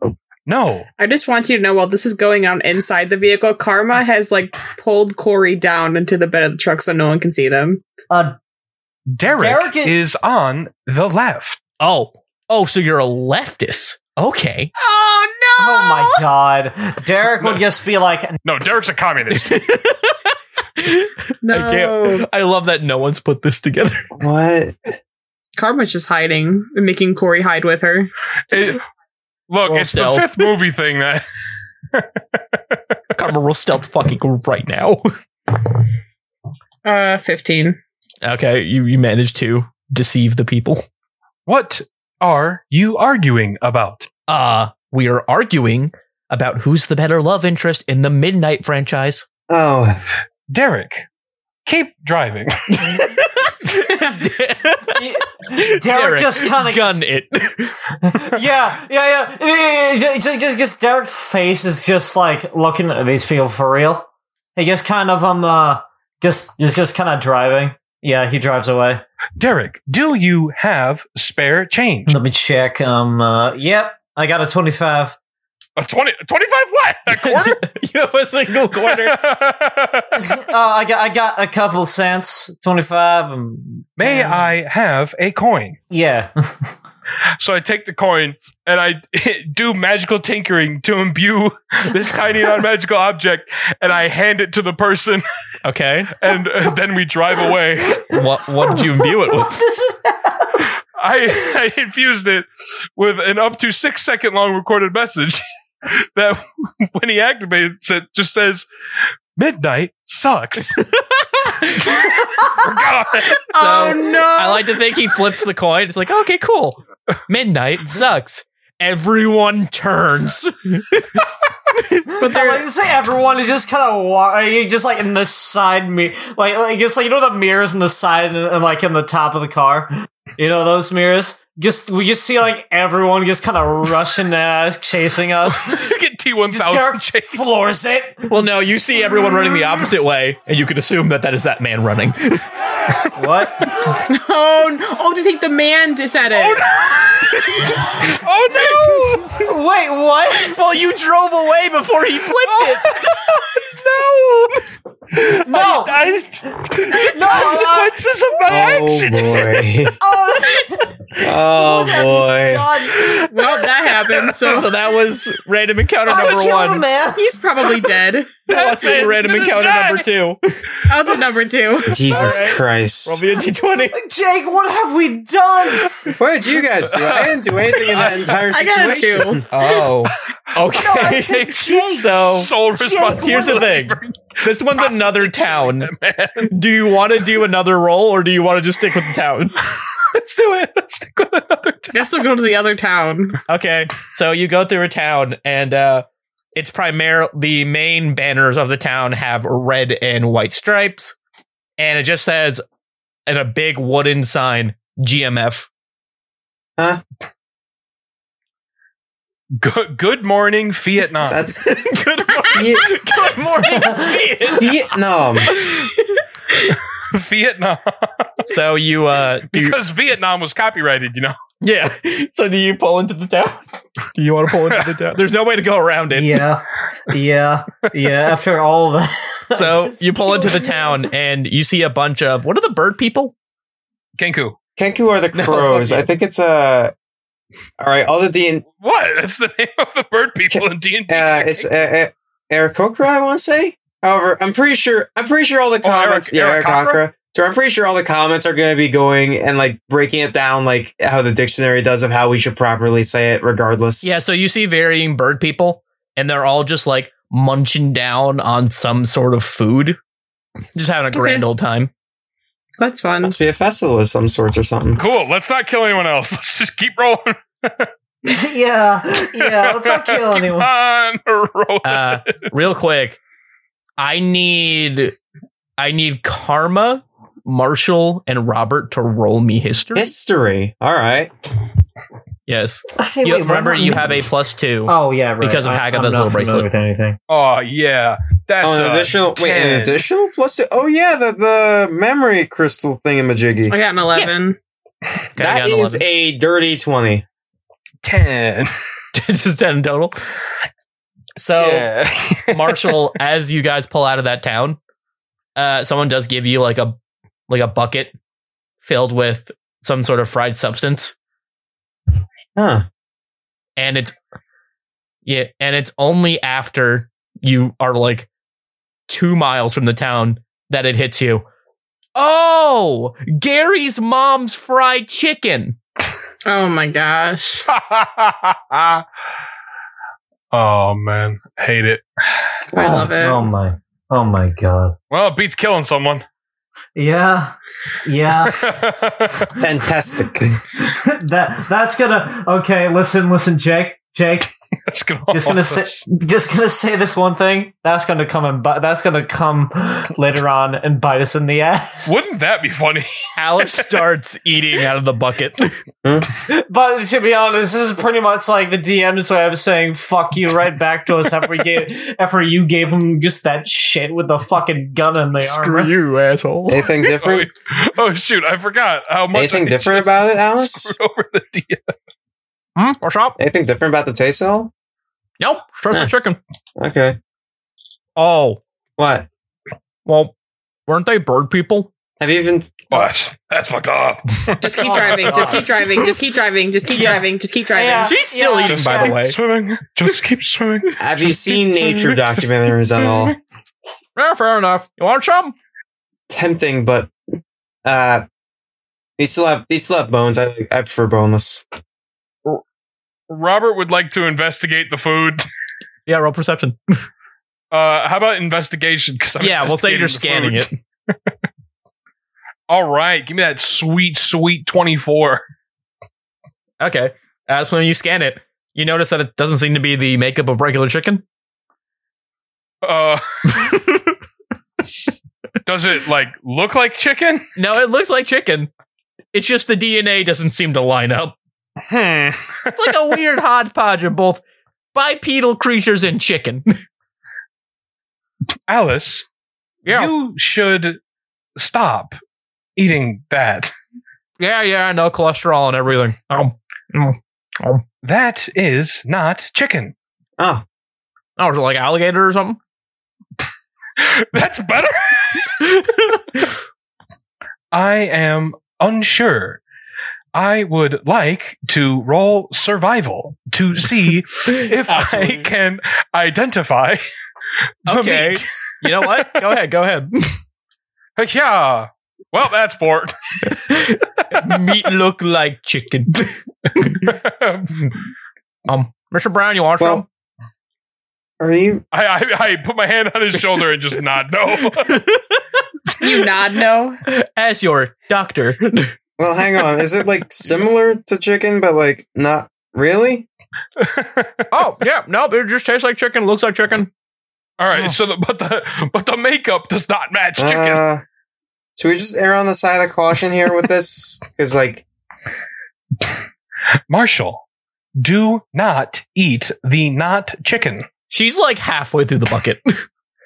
Speaker 4: No.
Speaker 8: (laughs) I just want you to know while this is going on inside the vehicle, Karma has like pulled Corey down into the bed of the truck so no one can see them.
Speaker 7: Uh,
Speaker 4: Derek,
Speaker 7: Derek is-
Speaker 4: is on the left.
Speaker 3: Oh. Oh, so you're a leftist. (laughs) Okay.
Speaker 8: Oh
Speaker 7: oh
Speaker 8: no!
Speaker 7: my god. Derek would just be like, (laughs)
Speaker 4: No, Derek's a communist.
Speaker 3: I (laughs)
Speaker 8: No,
Speaker 3: can't. I love that no one's put this together. (laughs)
Speaker 5: what?
Speaker 8: Karma's just hiding and making Corey hide with her.
Speaker 4: (laughs) It- look,
Speaker 3: Well,
Speaker 4: it's
Speaker 3: stealth.
Speaker 4: the fifth movie thing that
Speaker 3: Karma roll stealth fucking right now.
Speaker 8: Uh, fifteen.
Speaker 3: Okay, you you managed to deceive the people.
Speaker 4: What are you arguing about?
Speaker 3: Uh, we are arguing about who's the better love interest in the Midnight (laughs) franchise.
Speaker 8: (laughs)
Speaker 5: Oh,
Speaker 4: Derek, keep (laughs) driving.
Speaker 3: Oh
Speaker 7: Derek, just kinda-
Speaker 3: gun it.
Speaker 7: (laughs) yeah, yeah, yeah. Just, just, just Derek's face is just like looking at these people for real. He just kind of um, uh, just is just kind of driving. Yeah, he drives away.
Speaker 4: Derek, do you have spare change?
Speaker 7: Let me check. Um, uh, yep, I got a twenty-five.
Speaker 4: (laughs)
Speaker 7: (laughs)
Speaker 4: A 20, 25 what? A quarter?
Speaker 3: (laughs) you have a single quarter.
Speaker 7: uh, I got, I got a couple cents. Twenty-five. Um,
Speaker 4: (laughs) May
Speaker 7: um,
Speaker 4: I have a coin?
Speaker 7: Yeah.
Speaker 4: So I take the coin and I (laughs) do magical tinkering to imbue (laughs) this tiny (laughs) non-magical object, and I hand it to the person,
Speaker 3: (laughs) Okay,
Speaker 4: and uh, then we drive away.
Speaker 3: what what did you imbue it
Speaker 7: (laughs)
Speaker 3: with?
Speaker 4: I, (laughs) I infused it with an up to six second long recorded message (laughs) that, (laughs) when he activates it, just says, "Midnight
Speaker 3: (laughs)
Speaker 4: sucks." Forgot all that.
Speaker 8: oh
Speaker 3: So,
Speaker 8: no!
Speaker 3: I like to think he flips the coin. It's like okay, cool. Midnight sucks. Everyone turns.
Speaker 8: but
Speaker 7: I
Speaker 8: they're
Speaker 7: like to say everyone is just kind of wa- you just like in the side mirror, like, like just like you know the mirrors in the side and, and like in the top of the car. You know those mirrors? Just we just see like everyone just kind of rushing at us, chasing us.
Speaker 4: you get T1000
Speaker 7: Dirk
Speaker 4: chase.
Speaker 7: floors it.
Speaker 3: Well, no, you see everyone running the opposite way, and you could assume that that is that man
Speaker 4: (laughs)
Speaker 3: running.
Speaker 7: What?
Speaker 8: Oh, no. oh, they think the man just said it.
Speaker 4: Oh no!
Speaker 7: Wait, what?
Speaker 3: well, you drove away before he flipped it.
Speaker 7: No,
Speaker 4: I,
Speaker 7: no. uh,
Speaker 4: consequences of my
Speaker 5: Oh
Speaker 4: actions.
Speaker 5: boy.
Speaker 7: oh,
Speaker 5: Oh boy.
Speaker 7: John,
Speaker 8: Well, that
Speaker 3: (laughs)
Speaker 8: happened.
Speaker 3: so
Speaker 8: (laughs) So
Speaker 3: that was random encounter
Speaker 7: I
Speaker 3: number
Speaker 7: killed a
Speaker 3: one.
Speaker 7: man.
Speaker 8: he's probably dead.
Speaker 3: That must be random encounter number (laughs) two.
Speaker 8: I'll do number two.
Speaker 5: Jesus
Speaker 3: Alright. Roll
Speaker 5: Christ.
Speaker 3: me a d20.
Speaker 7: Jake, what have we done?
Speaker 5: What did you guys do? I didn't do anything in that entire
Speaker 8: I got a two.
Speaker 3: Oh.
Speaker 7: No, I
Speaker 3: (laughs) Okay. (laughs)
Speaker 7: said Jake.
Speaker 3: so
Speaker 4: Sole
Speaker 7: responsibility.
Speaker 4: responsibility.
Speaker 3: here's the thing. This one's another town. (laughs) Do you want to do another roll or do you want to just stick with the town?
Speaker 4: Let's do it. Let's stick with another
Speaker 8: I guess we'll go to the other town.
Speaker 3: Okay. So you go through a town and uh it's primarily the main banners of the town have red and white stripes and it just says in a big wooden sign GMF.
Speaker 4: Good, good morning, Vietnam.
Speaker 5: That's (laughs)
Speaker 3: Good morning.
Speaker 4: (laughs)
Speaker 5: yeah,
Speaker 3: Good morning. Viet.
Speaker 5: Vietnam.
Speaker 4: Vietnam.
Speaker 3: so you uh do you-
Speaker 4: Because Vietnam was copyrighted, you know.
Speaker 3: yeah. (laughs) So do you pull into the town? Do you want to pull (laughs) into the town? There's no way to go around it.
Speaker 7: Yeah, yeah, yeah. After all (laughs) that,
Speaker 3: (laughs)
Speaker 7: I
Speaker 3: So
Speaker 7: just
Speaker 3: you pull into the
Speaker 7: killed
Speaker 3: town and you see a bunch of what are the bird people?
Speaker 4: Kenku.
Speaker 5: Kenku are the
Speaker 3: No,
Speaker 5: crows.
Speaker 3: fuck
Speaker 5: I think it's uh all right. All the D and
Speaker 4: What? That's the name of the bird people in D and D.
Speaker 5: uh, it's uh, uh, Aarakocra, I want to say. However, I'm pretty sure I'm pretty sure all the
Speaker 4: Oh, Ara-
Speaker 5: comments, yeah,
Speaker 4: Aarakocra?
Speaker 5: Aarakocra. So I'm pretty sure all the comments are going to be going and like breaking it down, like how the dictionary does of how we should properly say it, regardless.
Speaker 3: Yeah, so you see varying bird people, and they're all just like munching down on some sort of food, just having a grand old time.
Speaker 8: That's fun.
Speaker 5: must be a festival of some sorts or something.
Speaker 4: Cool. Let's not kill anyone else. (laughs) Let's just keep rolling.
Speaker 7: it. (laughs) yeah, yeah. Let's
Speaker 4: (laughs)
Speaker 7: not kill
Speaker 4: Keep
Speaker 7: anyone.
Speaker 4: On rolling.
Speaker 3: Uh, real quick, I need I need Karma, Marshall, and Robert to roll me history.
Speaker 5: History. All right.
Speaker 3: Yes,
Speaker 7: Hey,
Speaker 3: You-
Speaker 7: wait, we're
Speaker 3: remember
Speaker 7: not-
Speaker 3: you have a plus two.
Speaker 7: Oh yeah, right.
Speaker 3: because of
Speaker 7: I-
Speaker 3: Hagatha's
Speaker 7: I'm not
Speaker 3: little
Speaker 7: familiar
Speaker 3: bracelet.
Speaker 7: With anything.
Speaker 4: oh yeah, that's uh,
Speaker 5: Oh, an
Speaker 4: a
Speaker 5: additional. Wait, an
Speaker 4: 10.
Speaker 5: additional plus. two- Oh yeah, the the memory crystal thingamajiggy.
Speaker 8: I got an 11.
Speaker 3: Okay, I
Speaker 5: That
Speaker 3: got an
Speaker 5: is
Speaker 3: 11.
Speaker 5: a dirty twenty.
Speaker 4: ten.
Speaker 3: (laughs)
Speaker 5: (laughs)
Speaker 3: just ten total. So.
Speaker 5: Oh.
Speaker 4: Yeah.
Speaker 3: Marshall, (laughs) as you guys pull out of that town, uh, someone does give you like a like a bucket filled with some sort of fried substance,
Speaker 5: Huh.
Speaker 3: and it's yeah, and it's only after you are like two miles from the town that it hits you. Oh, Gary's mom's fried chicken.
Speaker 8: Oh my gosh.
Speaker 4: (laughs) oh man, hate it.
Speaker 8: I love it.
Speaker 7: Oh my. Oh my god.
Speaker 4: Well, it beats killing someone. (laughs)
Speaker 7: Yeah.
Speaker 5: (laughs)
Speaker 7: Yeah.
Speaker 5: Fantastic.
Speaker 7: that that's gonna Okay, listen, listen, Jake. Jake,
Speaker 4: That's gonna
Speaker 7: just
Speaker 4: (laughs)
Speaker 7: gonna say just gonna say this one thing. That's gonna come and bu- that's gonna come later on and bite us in the ass. (laughs)
Speaker 4: Wouldn't that be funny? (laughs)
Speaker 3: (laughs) Alex starts eating out of the bucket.
Speaker 7: But to be honest, this is pretty much like the DM's way of saying "fuck you" right back to us after we gave after you gave him just that shit with the fucking gun in the armor.
Speaker 3: you, asshole.
Speaker 5: Anything
Speaker 4: Oh,
Speaker 5: different?
Speaker 4: (laughs) oh, shoot, I forgot how much.
Speaker 5: Anything
Speaker 4: I
Speaker 5: different about it, Alice?
Speaker 4: (laughs) over the DM.
Speaker 3: Hmm? Or shop?
Speaker 5: Anything different about the Tay cell?
Speaker 3: Nope. Starts with chicken.
Speaker 5: Okay.
Speaker 3: Oh,
Speaker 5: What?
Speaker 3: Well, weren't they bird people?
Speaker 5: Have you even?
Speaker 4: What? That's fucked up.
Speaker 8: Just keep driving. Just keep driving. Just keep driving. Just keep
Speaker 7: Yeah.
Speaker 8: driving. Just keep driving.
Speaker 7: Yeah.
Speaker 3: She's still
Speaker 7: Yeah.
Speaker 3: eating, by the way.
Speaker 4: swimming. Just keep swimming.
Speaker 5: Have you (laughs) seen nature documentaries at (laughs) all?
Speaker 3: (laughs) Yeah, fair enough. You want some?
Speaker 5: Tempting, but uh, they still have they still have bones. I I prefer boneless.
Speaker 4: Robert would like to investigate the food.
Speaker 3: Yeah, roll perception.
Speaker 4: Uh, how about investigation? 'Cause I'm
Speaker 3: yeah, we'll say you're
Speaker 4: investigating
Speaker 3: scanning
Speaker 4: the
Speaker 3: it. (laughs)
Speaker 4: food. (laughs) All right, give me that sweet, sweet twenty-four.
Speaker 3: Okay. That's when you scan it. You notice that it doesn't seem to be the makeup of regular chicken.
Speaker 4: Uh, (laughs) does it like look like chicken?
Speaker 3: No, it looks like chicken. It's just the DNA doesn't seem to line up.
Speaker 4: Hmm.
Speaker 3: It's (laughs) like a weird hodgepodge of both bipedal creatures and chicken.
Speaker 4: Alice, you should stop eating that.
Speaker 3: yeah, yeah, no cholesterol and everything. Oh,
Speaker 4: That is not chicken.
Speaker 5: Oh,
Speaker 3: oh, is it like alligator or something?
Speaker 4: That's better. I am unsure. I would like to roll survival to see if I
Speaker 5: Absolutely.
Speaker 4: can identify. The
Speaker 3: Okay.
Speaker 4: meat.
Speaker 3: You know what? go ahead, go ahead.
Speaker 4: Heck Yeah. Well, that's four.
Speaker 3: Meat look like chicken.
Speaker 4: (laughs) I,
Speaker 3: Um, Mr. Brown, you want
Speaker 5: well. Are you?
Speaker 4: I I put my hand on his shoulder and just
Speaker 3: (laughs)
Speaker 4: nod no.
Speaker 8: You nod no.
Speaker 3: some? As your doctor.
Speaker 5: Well, hang on. Is it (laughs) like similar to chicken, but like not really?
Speaker 3: oh, yeah, nope, it just tastes like chicken, looks like chicken.
Speaker 4: All right. So, the, but the but the makeup does not match chicken.
Speaker 5: Uh, should we just err on the side of caution here with this? Because like,
Speaker 4: Marshall, do not eat the not chicken.
Speaker 3: She's like halfway through the bucket.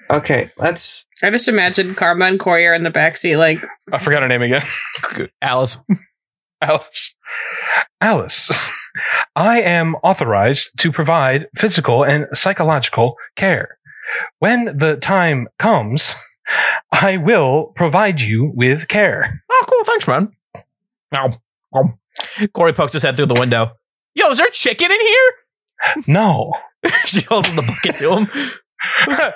Speaker 5: okay, let's.
Speaker 8: I just imagine Karma and Corey are in the backseat, like,
Speaker 4: (laughs) I forgot her name again.
Speaker 3: Alice.
Speaker 4: Alice. Alice, I am authorized to provide physical and psychological care. When the time comes, I will provide you with care.
Speaker 3: Oh, cool. Thanks, man. Ow. Ow. Corey pokes his head through the window. Yo, is there chicken in here? (laughs)
Speaker 4: No. (laughs)
Speaker 3: she holds the bucket to him.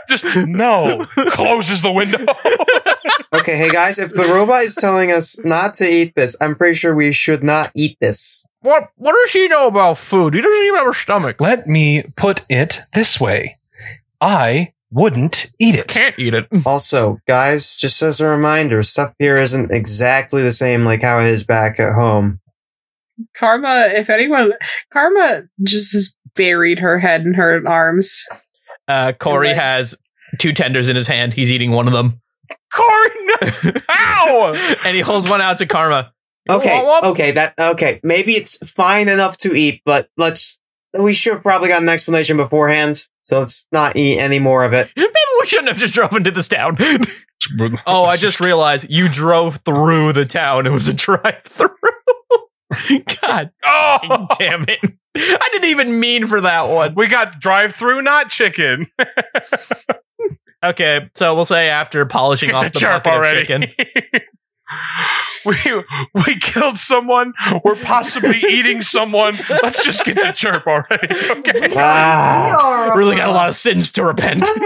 Speaker 3: (laughs)
Speaker 4: Just no. Closes the window.
Speaker 5: Okay, hey guys, if the robot is telling us not to eat this, I'm pretty sure we should not eat this.
Speaker 3: What what does she know about food? He doesn't even have a stomach.
Speaker 4: Let me put it this way I wouldn't eat it.
Speaker 3: Can't eat it.
Speaker 4: (laughs)
Speaker 5: Also, guys, just as a reminder, stuff here isn't exactly the same like how it is back at home.
Speaker 8: Karma, if anyone, Karma just has buried her head in her arms.
Speaker 3: Uh, Corey
Speaker 8: Legs.
Speaker 3: has two tenders in his hand. He's eating one of them.
Speaker 4: Corey, no.
Speaker 3: (laughs)
Speaker 4: Ow!
Speaker 3: and he holds one out to Karma.
Speaker 5: Okay,
Speaker 3: Womp womp.
Speaker 5: okay, that okay. Maybe it's fine enough to eat, but let's. We should have probably got an explanation beforehand, so let's not eat any more of
Speaker 3: (laughs)
Speaker 5: it.
Speaker 3: Maybe we shouldn't have just drove into this town. oh, I just realized you drove through the town. It was a drive through. (laughs) God
Speaker 4: Oh!
Speaker 3: damn it. I didn't even mean for that one.
Speaker 4: (laughs) We got drive through, not chicken.
Speaker 3: Okay, so we'll say after polishing off the, bucket of
Speaker 4: (laughs)
Speaker 3: chicken.
Speaker 4: we we killed someone. We're (laughs) possibly eating someone. Let's just get the chirp already. (laughs) Okay.
Speaker 5: Ah, (laughs)
Speaker 3: Really got a lot of sins to repent.
Speaker 4: (laughs)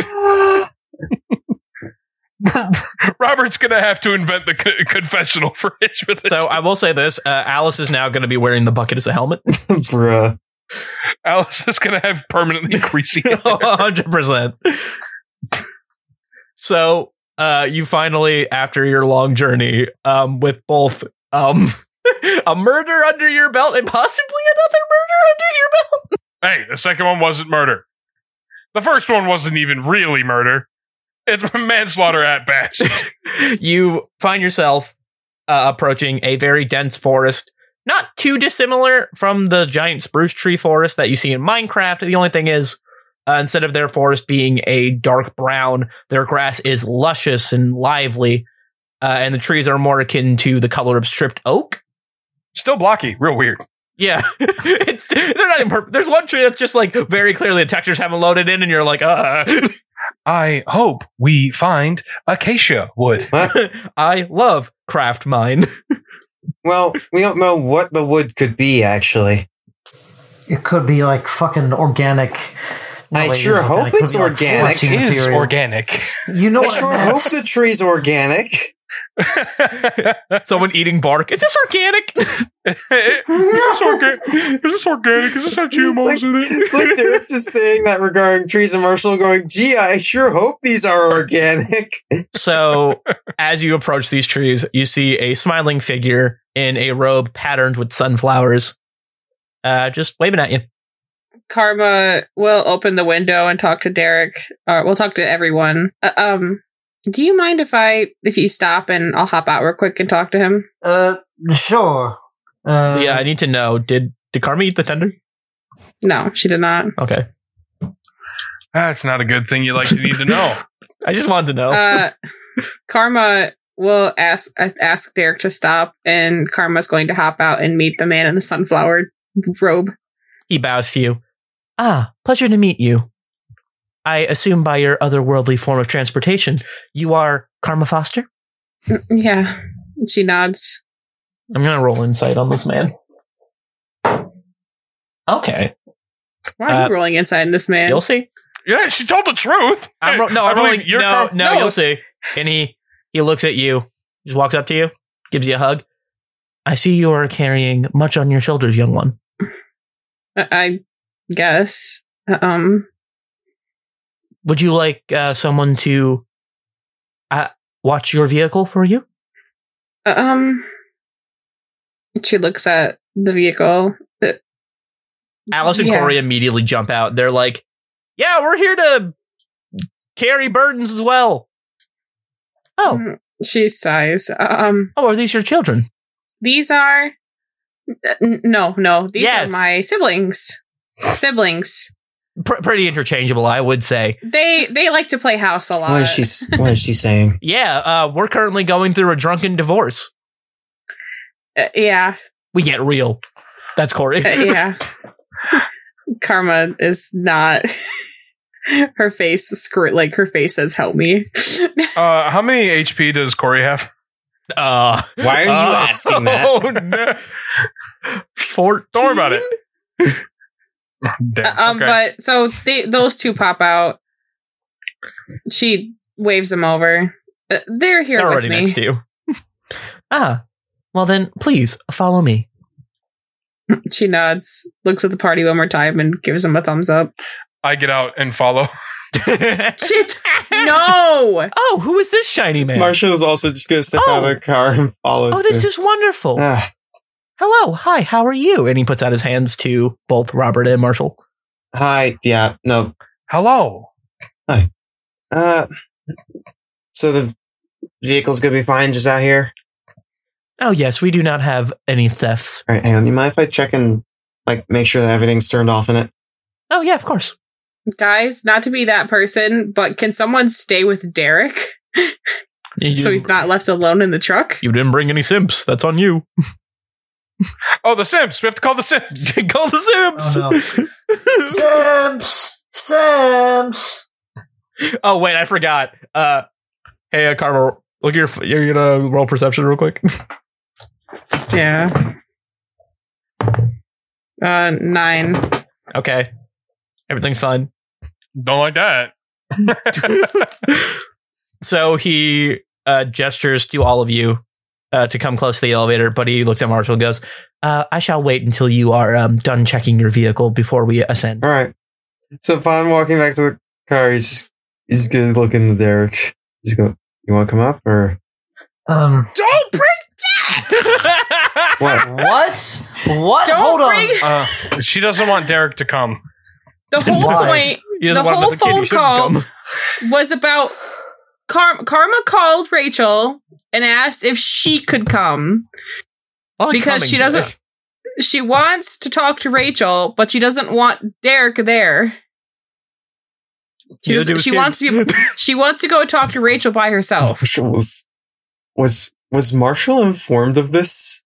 Speaker 4: Robert's gonna have to invent the co- confessional (laughs) for his religion.
Speaker 3: so I will say this: uh, Alice is now going to be wearing the bucket as a helmet.
Speaker 5: bruh.
Speaker 4: (laughs) Alice is gonna have permanently greasy.
Speaker 7: (laughs)
Speaker 4: hair.
Speaker 3: hundred percent. So uh, you finally, after your long journey, um, with both um, (laughs) a murder under your belt and possibly another murder under your belt.
Speaker 4: hey, the second one wasn't murder. The first one wasn't even really murder. It's (laughs) manslaughter at
Speaker 7: (laughs)
Speaker 4: best.
Speaker 3: you find yourself uh, approaching a very dense forest, not too dissimilar from the giant spruce tree forest that you see in Minecraft. The only thing is, uh, instead of their forest being a dark brown, their grass is luscious and lively, uh, and the trees are more akin to the color of stripped oak.
Speaker 4: Still blocky, real weird.
Speaker 3: Yeah, (laughs) it's they're not even. Perfect. There's one tree that's just like very clearly the textures haven't loaded in, and you're like, uh.
Speaker 4: I hope we find acacia wood.
Speaker 3: I love craft mine.
Speaker 5: Well, we don't know what the wood could be actually.
Speaker 7: It could be like fucking organic.
Speaker 5: I
Speaker 7: Well, it
Speaker 5: sure
Speaker 7: is
Speaker 5: hope
Speaker 7: organic. Could
Speaker 5: it's
Speaker 7: be, like,
Speaker 5: organic.
Speaker 7: foraging
Speaker 4: It is
Speaker 7: material.
Speaker 4: organic.
Speaker 7: You know
Speaker 5: I
Speaker 7: what?
Speaker 5: sure
Speaker 7: I meant.
Speaker 5: hope the tree's organic.
Speaker 3: Someone eating bark. Is this organic?
Speaker 4: is, this orga- is this organic? Is this not GMOs
Speaker 5: It's like-
Speaker 4: in it?
Speaker 5: It's like they're just saying that regarding trees and Marshall going, gee, I sure hope these are organic.
Speaker 3: So, as you approach these trees, you see a smiling figure in a robe patterned with sunflowers, uh, just waving at you.
Speaker 8: Karma will open the window and talk to Derek. Or we'll talk to everyone. Uh, um, do you mind if I if you stop and I'll hop out real quick and talk to him?
Speaker 7: Uh, Sure. Uh,
Speaker 3: yeah, I need to know. Did did Karma eat the tender?
Speaker 8: No, she did not.
Speaker 3: Okay,
Speaker 4: That's not a good thing you like to need to
Speaker 7: (laughs)
Speaker 4: know.
Speaker 3: I just wanted to know. (laughs)
Speaker 8: Uh, Karma will ask ask Derek to stop, and Karma's going to hop out and meet the man in the sunflower robe.
Speaker 3: he bows to you. Ah, pleasure to meet you. I assume by your otherworldly form of transportation, you are Karma Foster.
Speaker 8: Yeah, she nods.
Speaker 3: I'm gonna roll insight on this man. Okay,
Speaker 8: Why are
Speaker 3: Uh,
Speaker 8: you rolling inside in this man?
Speaker 3: you'll see.
Speaker 4: Yeah, she told the truth.
Speaker 3: I'm ro- no,
Speaker 4: I
Speaker 3: I'm
Speaker 4: believe
Speaker 3: rolling.
Speaker 4: your
Speaker 3: No,
Speaker 4: car-
Speaker 3: no,
Speaker 8: no.
Speaker 3: you'll see. And he he looks at you, just walks up to you, gives you a hug. I see you are carrying much on your shoulders, young one.
Speaker 8: I, I guess. Um,
Speaker 3: Would you like uh, someone to uh, watch your vehicle for you?
Speaker 8: um. She looks at the vehicle. Uh,
Speaker 3: Alice and
Speaker 8: yeah.
Speaker 3: Corey immediately jump out. They're like, "Yeah, we're here to carry burdens as well." Oh,
Speaker 8: Mm, She sighs. Um,
Speaker 3: oh, are these your children?
Speaker 8: these are. N- no, no, these
Speaker 3: Yes.
Speaker 8: are my siblings. Siblings.
Speaker 3: Pr- pretty interchangeable, I would say.
Speaker 8: They they like to play house a lot.
Speaker 5: What is she? s- (laughs) What is she saying?
Speaker 3: Yeah, uh, we're currently going through a drunken divorce.
Speaker 8: Uh, yeah,
Speaker 3: We get real. That's Corey.
Speaker 5: (laughs)
Speaker 8: uh, yeah. Karma is not. (laughs) her face screw like her face says, "Help me."
Speaker 4: Uh, how many HP does Corey have?
Speaker 3: (laughs) Uh,
Speaker 5: Why are you
Speaker 3: uh,
Speaker 5: asking
Speaker 3: (laughs)
Speaker 5: that? (laughs)
Speaker 3: Oh no. Fourteen.
Speaker 4: Don't worry about it. Damn,
Speaker 8: um,
Speaker 4: okay.
Speaker 8: but so they those two pop out. She waves them over. Uh, they're here
Speaker 3: They're
Speaker 8: with
Speaker 3: already
Speaker 8: me.
Speaker 3: next to you. (laughs) ah, well then, please follow
Speaker 5: (laughs)
Speaker 3: me.
Speaker 8: She nods, looks at the party one more time, and gives them a thumbs
Speaker 3: (laughs)
Speaker 8: up.
Speaker 4: I get out and follow.
Speaker 3: Shit.
Speaker 8: no,
Speaker 3: Oh, who is this shiny man?
Speaker 5: Marshall's also just gonna step out of the car and follow.
Speaker 3: Oh, this
Speaker 5: too.
Speaker 3: is wonderful.
Speaker 5: Ah,
Speaker 3: Hello, hi, how are you? And he puts out his hands to both Robert and Marshall.
Speaker 5: hi. Yeah. No.
Speaker 4: Hello.
Speaker 5: Uh. So the vehicle's gonna be fine just out here.
Speaker 3: Oh, yes, we do not have any thefts.
Speaker 5: All right. Hang on. You mind if I check and like make sure that everything's turned off in it?
Speaker 3: Oh, yeah, of course.
Speaker 8: guys, not to be that person, but can someone stay with Derek
Speaker 3: You,
Speaker 8: so he's not left alone in the truck?
Speaker 3: you didn't bring any simps. That's on you. (laughs)
Speaker 4: Oh, the Sims. We have to call the Sims.
Speaker 3: Call the
Speaker 5: Uh-huh.
Speaker 3: simps.
Speaker 7: Oh, Sims! Sims!
Speaker 3: Oh, wait, I forgot. Uh, hey, uh, Karma, look at your. f- You're gonna roll perception real quick. (laughs)
Speaker 8: Yeah. Uh, nine.
Speaker 3: okay, everything's fine.
Speaker 4: Don't like that. (laughs)
Speaker 3: so he uh, gestures to all of you uh, to come close to the elevator, but he looks at Marshall and goes, uh, I shall wait until you are um, done checking your vehicle before we ascend. (laughs)
Speaker 5: All right. So upon walking back to the car, he's just he's gonna look into Derek. He's going. You want to come up or
Speaker 7: Um,
Speaker 8: Don't bring
Speaker 5: what?
Speaker 7: what? What?
Speaker 8: Don't
Speaker 7: Hold on.
Speaker 8: bring
Speaker 4: Uh, she doesn't want Derek to come.
Speaker 8: the whole
Speaker 7: Why?
Speaker 8: point
Speaker 3: He doesn't
Speaker 8: The
Speaker 3: want
Speaker 8: whole
Speaker 3: another kid. He
Speaker 8: phone
Speaker 3: shouldn't
Speaker 8: call-
Speaker 3: come.
Speaker 8: was about Kar- Karma called Rachel and asked if she could come.
Speaker 3: A lot of
Speaker 8: Because
Speaker 3: coming
Speaker 8: she
Speaker 3: today.
Speaker 8: doesn't- She wants to talk to Rachel, but she doesn't want Derek there. She,
Speaker 3: Neither
Speaker 8: doesn't-
Speaker 3: do his
Speaker 8: she
Speaker 3: kids.
Speaker 8: wants to be. She wants to go talk to Rachel by herself.
Speaker 5: Marshall (laughs) was was was Marshall informed of this?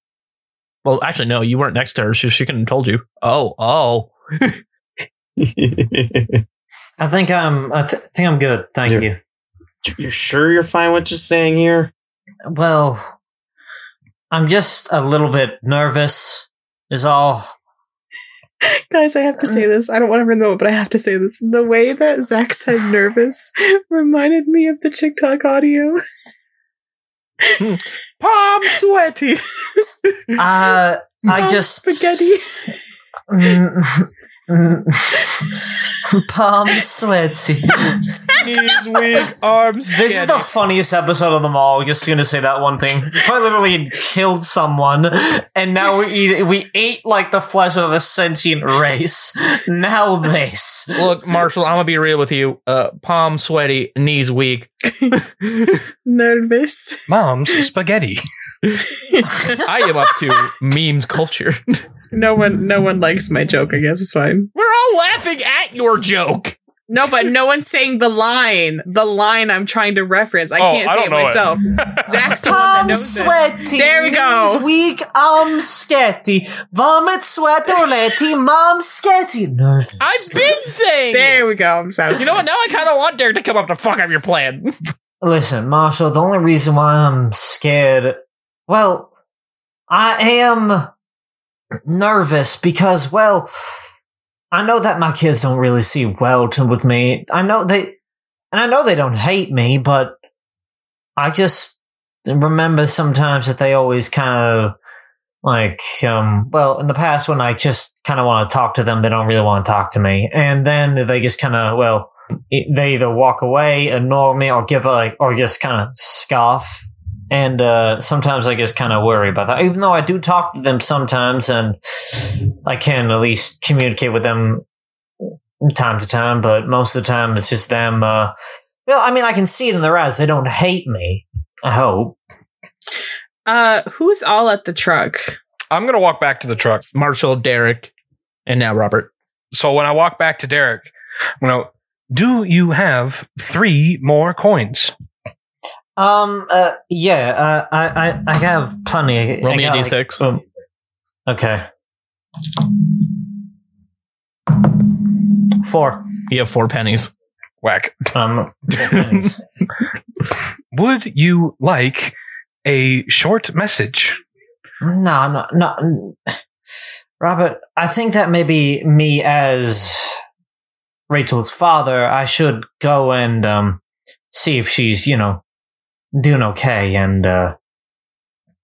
Speaker 3: Well, actually, no, you weren't next to her, so she couldn't have told you. Oh, (laughs) oh.
Speaker 5: you
Speaker 7: I think I'm. I th- think I'm good. Thank
Speaker 5: Yeah.
Speaker 7: you.
Speaker 5: you sure you're fine with just staying here?
Speaker 7: Well, I'm just a little bit nervous. Is all.
Speaker 8: Guys, I have to say this. I don't want to know it, but I have to say this. The way that Zach said nervous reminded me of the TikTok audio.
Speaker 3: Palm sweaty.
Speaker 7: Uh, I just. (laughs)
Speaker 8: Spaghetti.
Speaker 7: Mm, mm. Palm sweaty.
Speaker 3: Knees
Speaker 8: (laughs)
Speaker 3: weak, arms.
Speaker 7: This is the funniest episode of them all. Just gonna say that one thing. Quite literally had killed someone, and now we eat, we ate like the flesh of a sentient race. Now this.
Speaker 3: Look, Marshall, I'm gonna be real with you. Uh, palm sweaty, knees weak.
Speaker 8: Nervous.
Speaker 4: Mom's spaghetti.
Speaker 3: I am up to memes culture. (laughs)
Speaker 8: No one, no one likes my joke. I guess it's fine.
Speaker 3: We're all laughing at your joke.
Speaker 8: No, but no one's saying the line. The line I'm trying to reference. I
Speaker 4: Oh,
Speaker 8: can't
Speaker 4: I
Speaker 8: say
Speaker 4: don't
Speaker 8: it
Speaker 4: know it.
Speaker 8: myself. Zach's the one that
Speaker 7: Palm
Speaker 8: knows it.
Speaker 7: sweaty.
Speaker 8: There we go.
Speaker 7: knees Weak arm sketty. Vomit sweater letty. Mom sketty. Nervous.
Speaker 3: I've been saying.
Speaker 8: There we go. I'm
Speaker 3: it.
Speaker 8: satisfied.
Speaker 3: You know what? Now I kind of want Derek to come up to fuck up your plan.
Speaker 7: Listen, Marshall, the only reason why I'm scared. Well, I am nervous because, well, I know that my kids don't really see well to with me. I know they. And I know they don't hate me, but I just remember sometimes that they always kind of like, um, well, in the past when I just kind of want to talk to them, they don't really want to talk to me. And then they just kind of, well, it, they either walk away, ignore me, or give a, like, or just kind of scoff. And uh, sometimes I just kind of worry about that, even though I do talk to them sometimes, and I can at least communicate with them time to time. But most of the time, it's just them. Uh, well, I mean, I can see it in their eyes; they don't hate me. I hope.
Speaker 8: Uh, who's all at the truck?
Speaker 4: I'm gonna walk back to the truck.
Speaker 3: Marshall, Derek, and now Robert.
Speaker 4: So when I walk back to Derek, I'm gonna. Do you have three more coins?
Speaker 7: Um. Uh. Yeah. Uh, I. I. I have plenty.
Speaker 3: Roll
Speaker 7: I
Speaker 3: me a
Speaker 7: got, like,
Speaker 3: d6.
Speaker 7: um, okay. Four.
Speaker 3: You have four pennies.
Speaker 4: Whack.
Speaker 7: (laughs) Um.
Speaker 4: Would you like a short message?
Speaker 7: No, no, no. Robert, I think that maybe me as Rachel's father, I should go and um, see if she's, you know, doing okay and uh,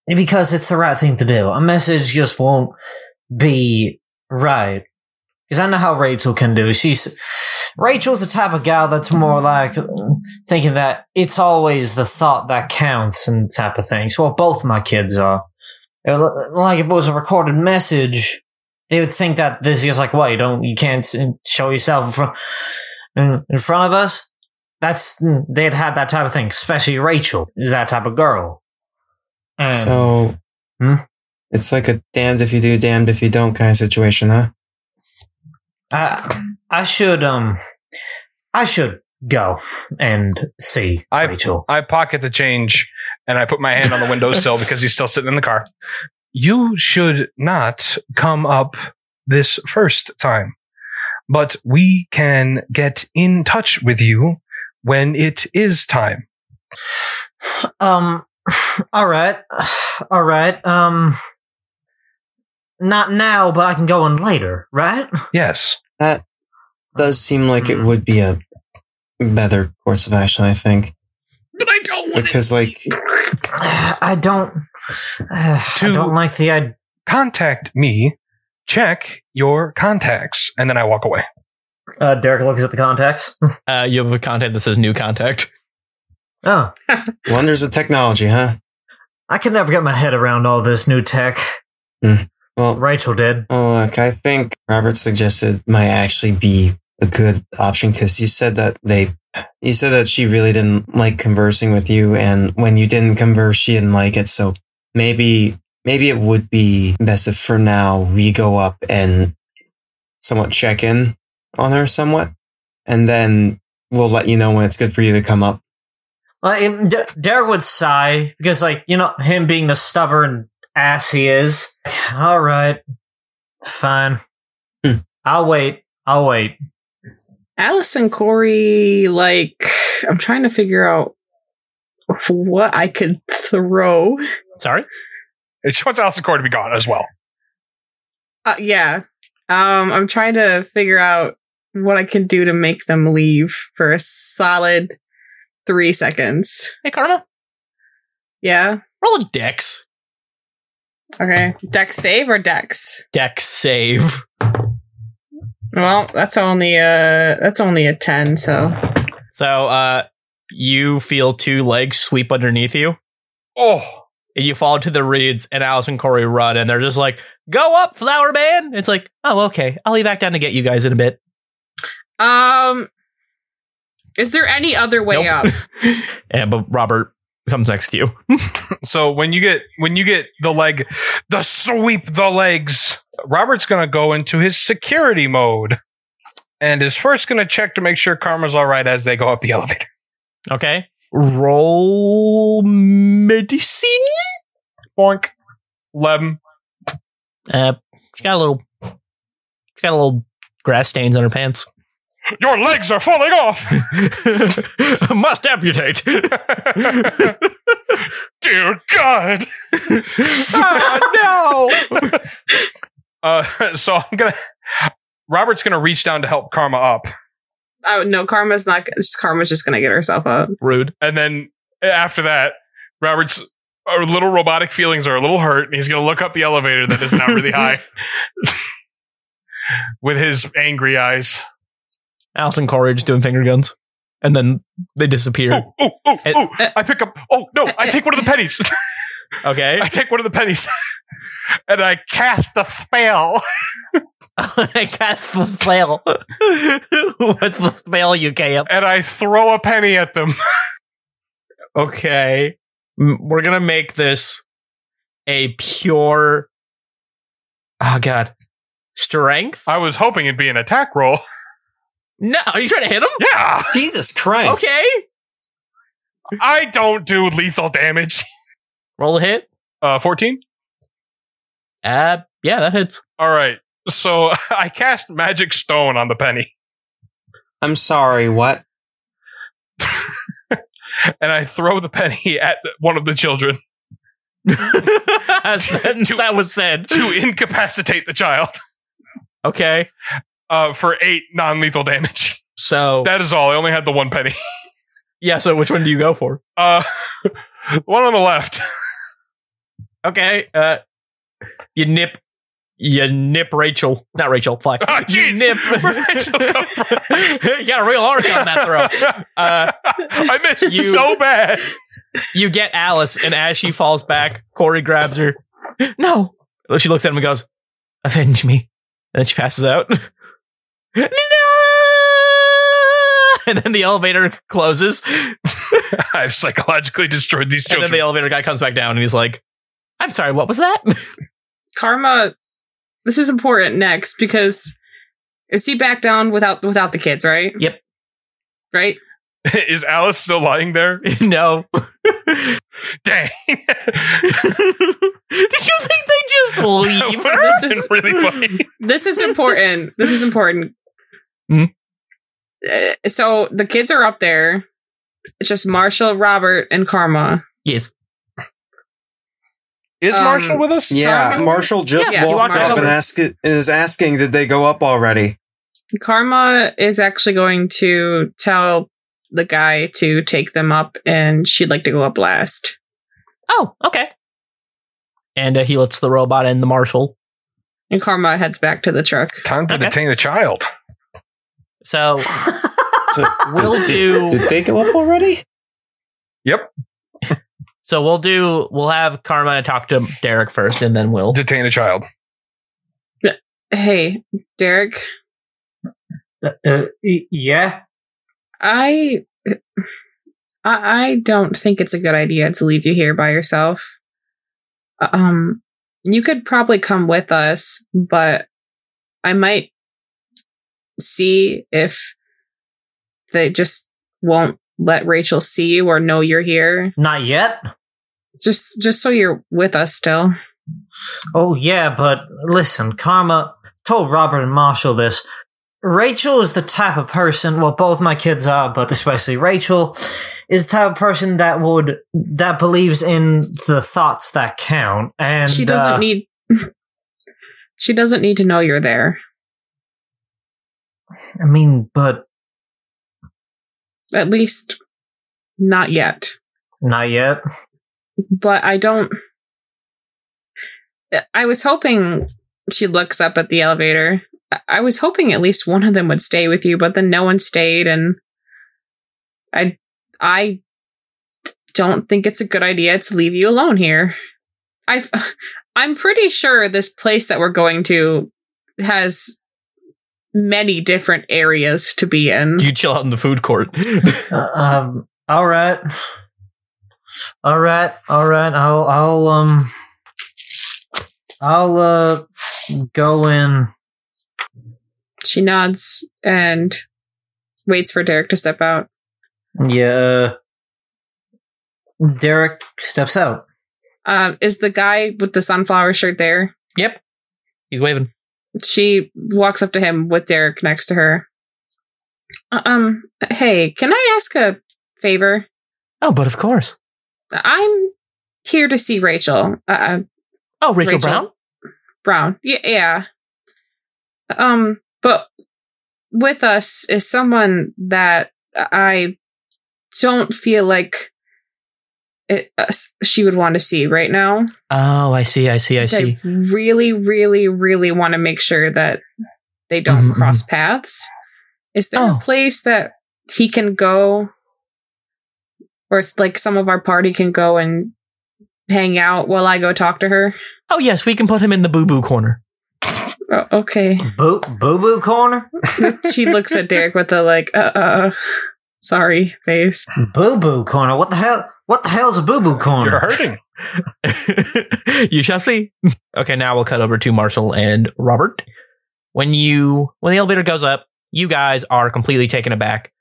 Speaker 7: because it's the right thing to do. A message just won't be right. Because I know how Rachel can do. She's Rachel's the type of gal that's more like thinking that it's always the thought that counts and type of things. Well, both my kids are. It was li- like if it was a recorded message, they would think that this is like, what you don't, you can't s- show yourself in front in, in front of us. That's mm, they'd have that type of thing, especially Rachel is that type of girl. And
Speaker 5: So,
Speaker 7: Hmm?
Speaker 5: it's like a damned if you do, damned if you don't kind of situation, huh?
Speaker 7: I, Uh, I should um, I should go and see
Speaker 4: I-
Speaker 7: Rachel.
Speaker 4: I pocket the change and I put my hand on the windowsill because he's still sitting in the car. You should not come up this first time, but we can get in touch with you when it is time.
Speaker 7: Um, (sighs) all right, (sighs) all right. Um, not now, but I can go in later, right? (sighs)
Speaker 4: Yes.
Speaker 5: That does seem like it would be a better course of action, I think.
Speaker 8: But I don't
Speaker 5: Because, like,
Speaker 7: I don't. (sighs) I
Speaker 4: To-
Speaker 7: don't like the idea.
Speaker 4: Contact me. Check your contacts. And then I walk away.
Speaker 7: Uh, Derek looks at the contacts.
Speaker 2: Uh, you have a contact that says new contact.
Speaker 7: Oh,
Speaker 5: wonders of technology, huh?
Speaker 7: I could never get my head around all this new tech.
Speaker 5: Well,
Speaker 7: Rachel did.
Speaker 5: well, look, Oh, I think Robert suggested might actually be a good option because you said that they, you said that she really didn't like conversing with you, and when you didn't converse, she didn't like it. So maybe, maybe it would be best if for now we go up and somewhat check in on her somewhat, and then we'll let you know when it's good for you to come up.
Speaker 7: Like, um, D- Derek would sigh because, like, you know, him being the stubborn ass he is. (sighs) All right, fine.
Speaker 5: Hmm.
Speaker 7: I'll wait. I'll wait.
Speaker 8: Alice and Corey, like, I'm trying to figure out what I could throw.
Speaker 2: Sorry?
Speaker 4: She wants Allison Core to be gone as well.
Speaker 8: Uh, yeah. Um, I'm trying to figure out what I can do to make them leave for a solid three seconds.
Speaker 2: Hey, Karma,
Speaker 8: Yeah.
Speaker 2: roll a dex.
Speaker 8: Okay. Dex save or dex?
Speaker 2: Dex save.
Speaker 8: Well, that's only a that's only a ten. So
Speaker 3: So uh, you feel two legs sweep underneath you.
Speaker 4: Oh,
Speaker 3: and you fall into the reeds, and Alice and Corey run, and they're just like, "Go up, Flower Man!" It's like, "Oh, okay, I'll be back down to get you guys in a bit."
Speaker 8: Um, is there any other way
Speaker 3: Nope.
Speaker 8: up?
Speaker 3: And but Robert comes next to you.
Speaker 4: so when you get when you get the leg, the sweep the legs. Robert's gonna go into his security mode, and is first gonna check to make sure Karma's all right as they go up the elevator.
Speaker 3: Okay, roll medicine.
Speaker 4: Boink, eleven.
Speaker 3: Uh, she got a little, she got a little grass stains on her pants. (laughs)
Speaker 4: Your legs are falling off. (laughs)
Speaker 3: Must amputate. (laughs)
Speaker 4: Dear
Speaker 3: (laughs)
Speaker 4: God.
Speaker 3: oh no!
Speaker 4: Uh, (laughs) so I'm gonna. Robert's gonna reach down to help Karma up,
Speaker 8: Oh no, Karma's not. Karma's just gonna get herself up.
Speaker 3: Rude.
Speaker 4: and then after that, Robert's our little robotic feelings are a little hurt, and he's gonna look up the elevator that is not really (laughs) high with his angry eyes.
Speaker 3: Alice and Corey just doing finger guns, and then they disappear.
Speaker 4: Oh, oh, oh,
Speaker 3: It-
Speaker 4: oh! I pick up. Oh no! I take one of the pennies. (laughs)
Speaker 3: Okay.
Speaker 4: I take one of the pennies, (laughs) and I cast the spell.
Speaker 3: (laughs) I got the (laughs) spell. What's the spell you gave?
Speaker 4: and I throw a penny at them.
Speaker 3: Okay. M- We're going to make this a pure. Oh, God. Strength?
Speaker 4: I was hoping it'd be an attack roll.
Speaker 3: No. Are you trying to hit him?
Speaker 4: (laughs) Yeah,
Speaker 5: Jesus Christ.
Speaker 3: Okay.
Speaker 4: I don't do lethal damage.
Speaker 3: Roll a hit.
Speaker 4: Uh, fourteen.
Speaker 3: Uh, yeah, that (laughs) hits.
Speaker 4: All right. So (laughs) I cast magic stone on the penny, (laughs)
Speaker 5: I'm sorry, what?
Speaker 4: and I throw the penny (laughs) at one of the children (laughs)
Speaker 3: A sentence that was said. (laughs)
Speaker 4: to incapacitate the child (laughs)
Speaker 3: Okay.
Speaker 4: uh, for eight non-lethal damage. (laughs)
Speaker 3: So,
Speaker 4: That is all. I only had the one penny. (laughs)
Speaker 3: yeah, so which one do you go for?
Speaker 4: Uh, (laughs) one on the left. (laughs)
Speaker 3: Okay. Uh, you nip. You nip Rachel. Not Rachel. Fly.
Speaker 4: Ah, jeez.
Speaker 3: you (laughs) nip.
Speaker 4: Where'd Rachel come
Speaker 3: (laughs)
Speaker 4: from?
Speaker 3: you got real hard on that throw. (laughs) Uh,
Speaker 4: I missed
Speaker 3: you-
Speaker 4: so bad. (laughs)
Speaker 3: you get Alice, and as she falls back, Corey grabs her. No. She looks at him and goes, Avenge me. And then she passes out. (laughs) no! And then the elevator closes,
Speaker 4: (laughs) I've psychologically destroyed these
Speaker 3: and
Speaker 4: children.
Speaker 3: then the elevator guy comes back down and he's like, I'm sorry, what was that? (laughs)
Speaker 8: Karma, this is important next because is he back down without without the kids? Right.
Speaker 3: Yep.
Speaker 8: Right.
Speaker 4: is Alice still lying there?
Speaker 3: (laughs) no.
Speaker 4: Dang.
Speaker 3: (laughs) Did you think they just leave her?
Speaker 4: This
Speaker 3: (laughs)
Speaker 8: This is-
Speaker 4: really funny.
Speaker 8: This is important. this is important.
Speaker 3: Hmm?
Speaker 8: Uh, so the kids are up there. It's just Marshall, Robert, and Karma.
Speaker 3: Yes.
Speaker 4: Is
Speaker 8: Um,
Speaker 4: Marshall with us?
Speaker 5: Yeah,
Speaker 8: Sorry.
Speaker 5: Marshall just
Speaker 8: Yeah,
Speaker 5: walked
Speaker 8: Marshall
Speaker 5: up and
Speaker 8: was-
Speaker 5: asked, is asking, did they go up already?
Speaker 8: Karma is actually going to tell the guy to take them up, and she'd like to go up last.
Speaker 3: Oh, okay. And uh, he lets the robot and the marshal.
Speaker 8: And Karma heads back to the truck.
Speaker 4: Time to
Speaker 3: Okay.
Speaker 4: detain the child.
Speaker 3: So
Speaker 5: (laughs) So
Speaker 3: Will
Speaker 5: did-
Speaker 3: do.
Speaker 5: Did they go up already?
Speaker 3: So we'll do. We'll have Karma talk to Derek first, and then we'll.
Speaker 4: Detain a child.
Speaker 8: Hey, Derek,
Speaker 7: Uh, y- yeah.
Speaker 8: I, I I don't think it's a good idea to leave you here by yourself. Um, you could probably come with us, but I might see if they just won't let Rachel see you or know you're here.
Speaker 7: Not yet.
Speaker 8: Just just so you're with us still.
Speaker 7: Oh, yeah, but listen, Karma told Robert and Marshall this. Rachel is the type of person, well, both my kids are, but especially Rachel, is the type of person that would, that believes in the thoughts that count. And
Speaker 8: she doesn't
Speaker 7: uh,
Speaker 8: need (laughs) She doesn't need to know you're there.
Speaker 7: I mean, but
Speaker 8: At least not yet.
Speaker 7: not yet.
Speaker 8: but I don't. I was hoping she looks up at the elevator I- I was hoping at least one of them would stay with you, but then no one stayed, and I I don't think it's a good idea to leave you alone here. I (laughs) I'm pretty sure this place that we're going to has many different areas to be in.
Speaker 3: You chill out in the food court.
Speaker 7: Uh, um, all right, all right, all right. I'll, I'll, um, I'll, uh, go in.
Speaker 8: she nods and waits for Derek to step out.
Speaker 7: Yeah. Derek steps out.
Speaker 8: Um, is the guy with the sunflower shirt there?
Speaker 3: yep. (laughs) He's waving.
Speaker 8: She walks up to him with Derek next to her. Uh, Um, hey, can I ask a favor?
Speaker 2: Oh, but of course.
Speaker 8: I'm here to see Rachel. Uh, Uh,
Speaker 2: Oh, Rachel,
Speaker 8: Rachel.
Speaker 2: Brown?
Speaker 8: Brown. Yeah, yeah. Um, but with us is someone that I don't feel like it, uh, s- she would want to see right now.
Speaker 2: Oh, I see, I see, I see.
Speaker 8: I really, really, really want to make sure that they don't
Speaker 2: Mhm,
Speaker 8: cross paths. Is there
Speaker 2: Oh.
Speaker 8: a place that he can go, or it's like some of our party can go and hang out while I go talk to her?
Speaker 2: Oh, yes, we can put him in the boo boo
Speaker 3: (laughs)
Speaker 2: corner.
Speaker 8: Oh, okay.
Speaker 7: Boo boo boo corner.
Speaker 8: she looks at Derek with a like, uh, uh, sorry face.
Speaker 7: Boo boo corner. What the hell? What the hell's a boo boo corner?
Speaker 4: You're hurting.
Speaker 2: you shall see.
Speaker 3: Okay, now we'll cut over to Marshall and Robert. When you when the elevator goes up, you guys are completely taken aback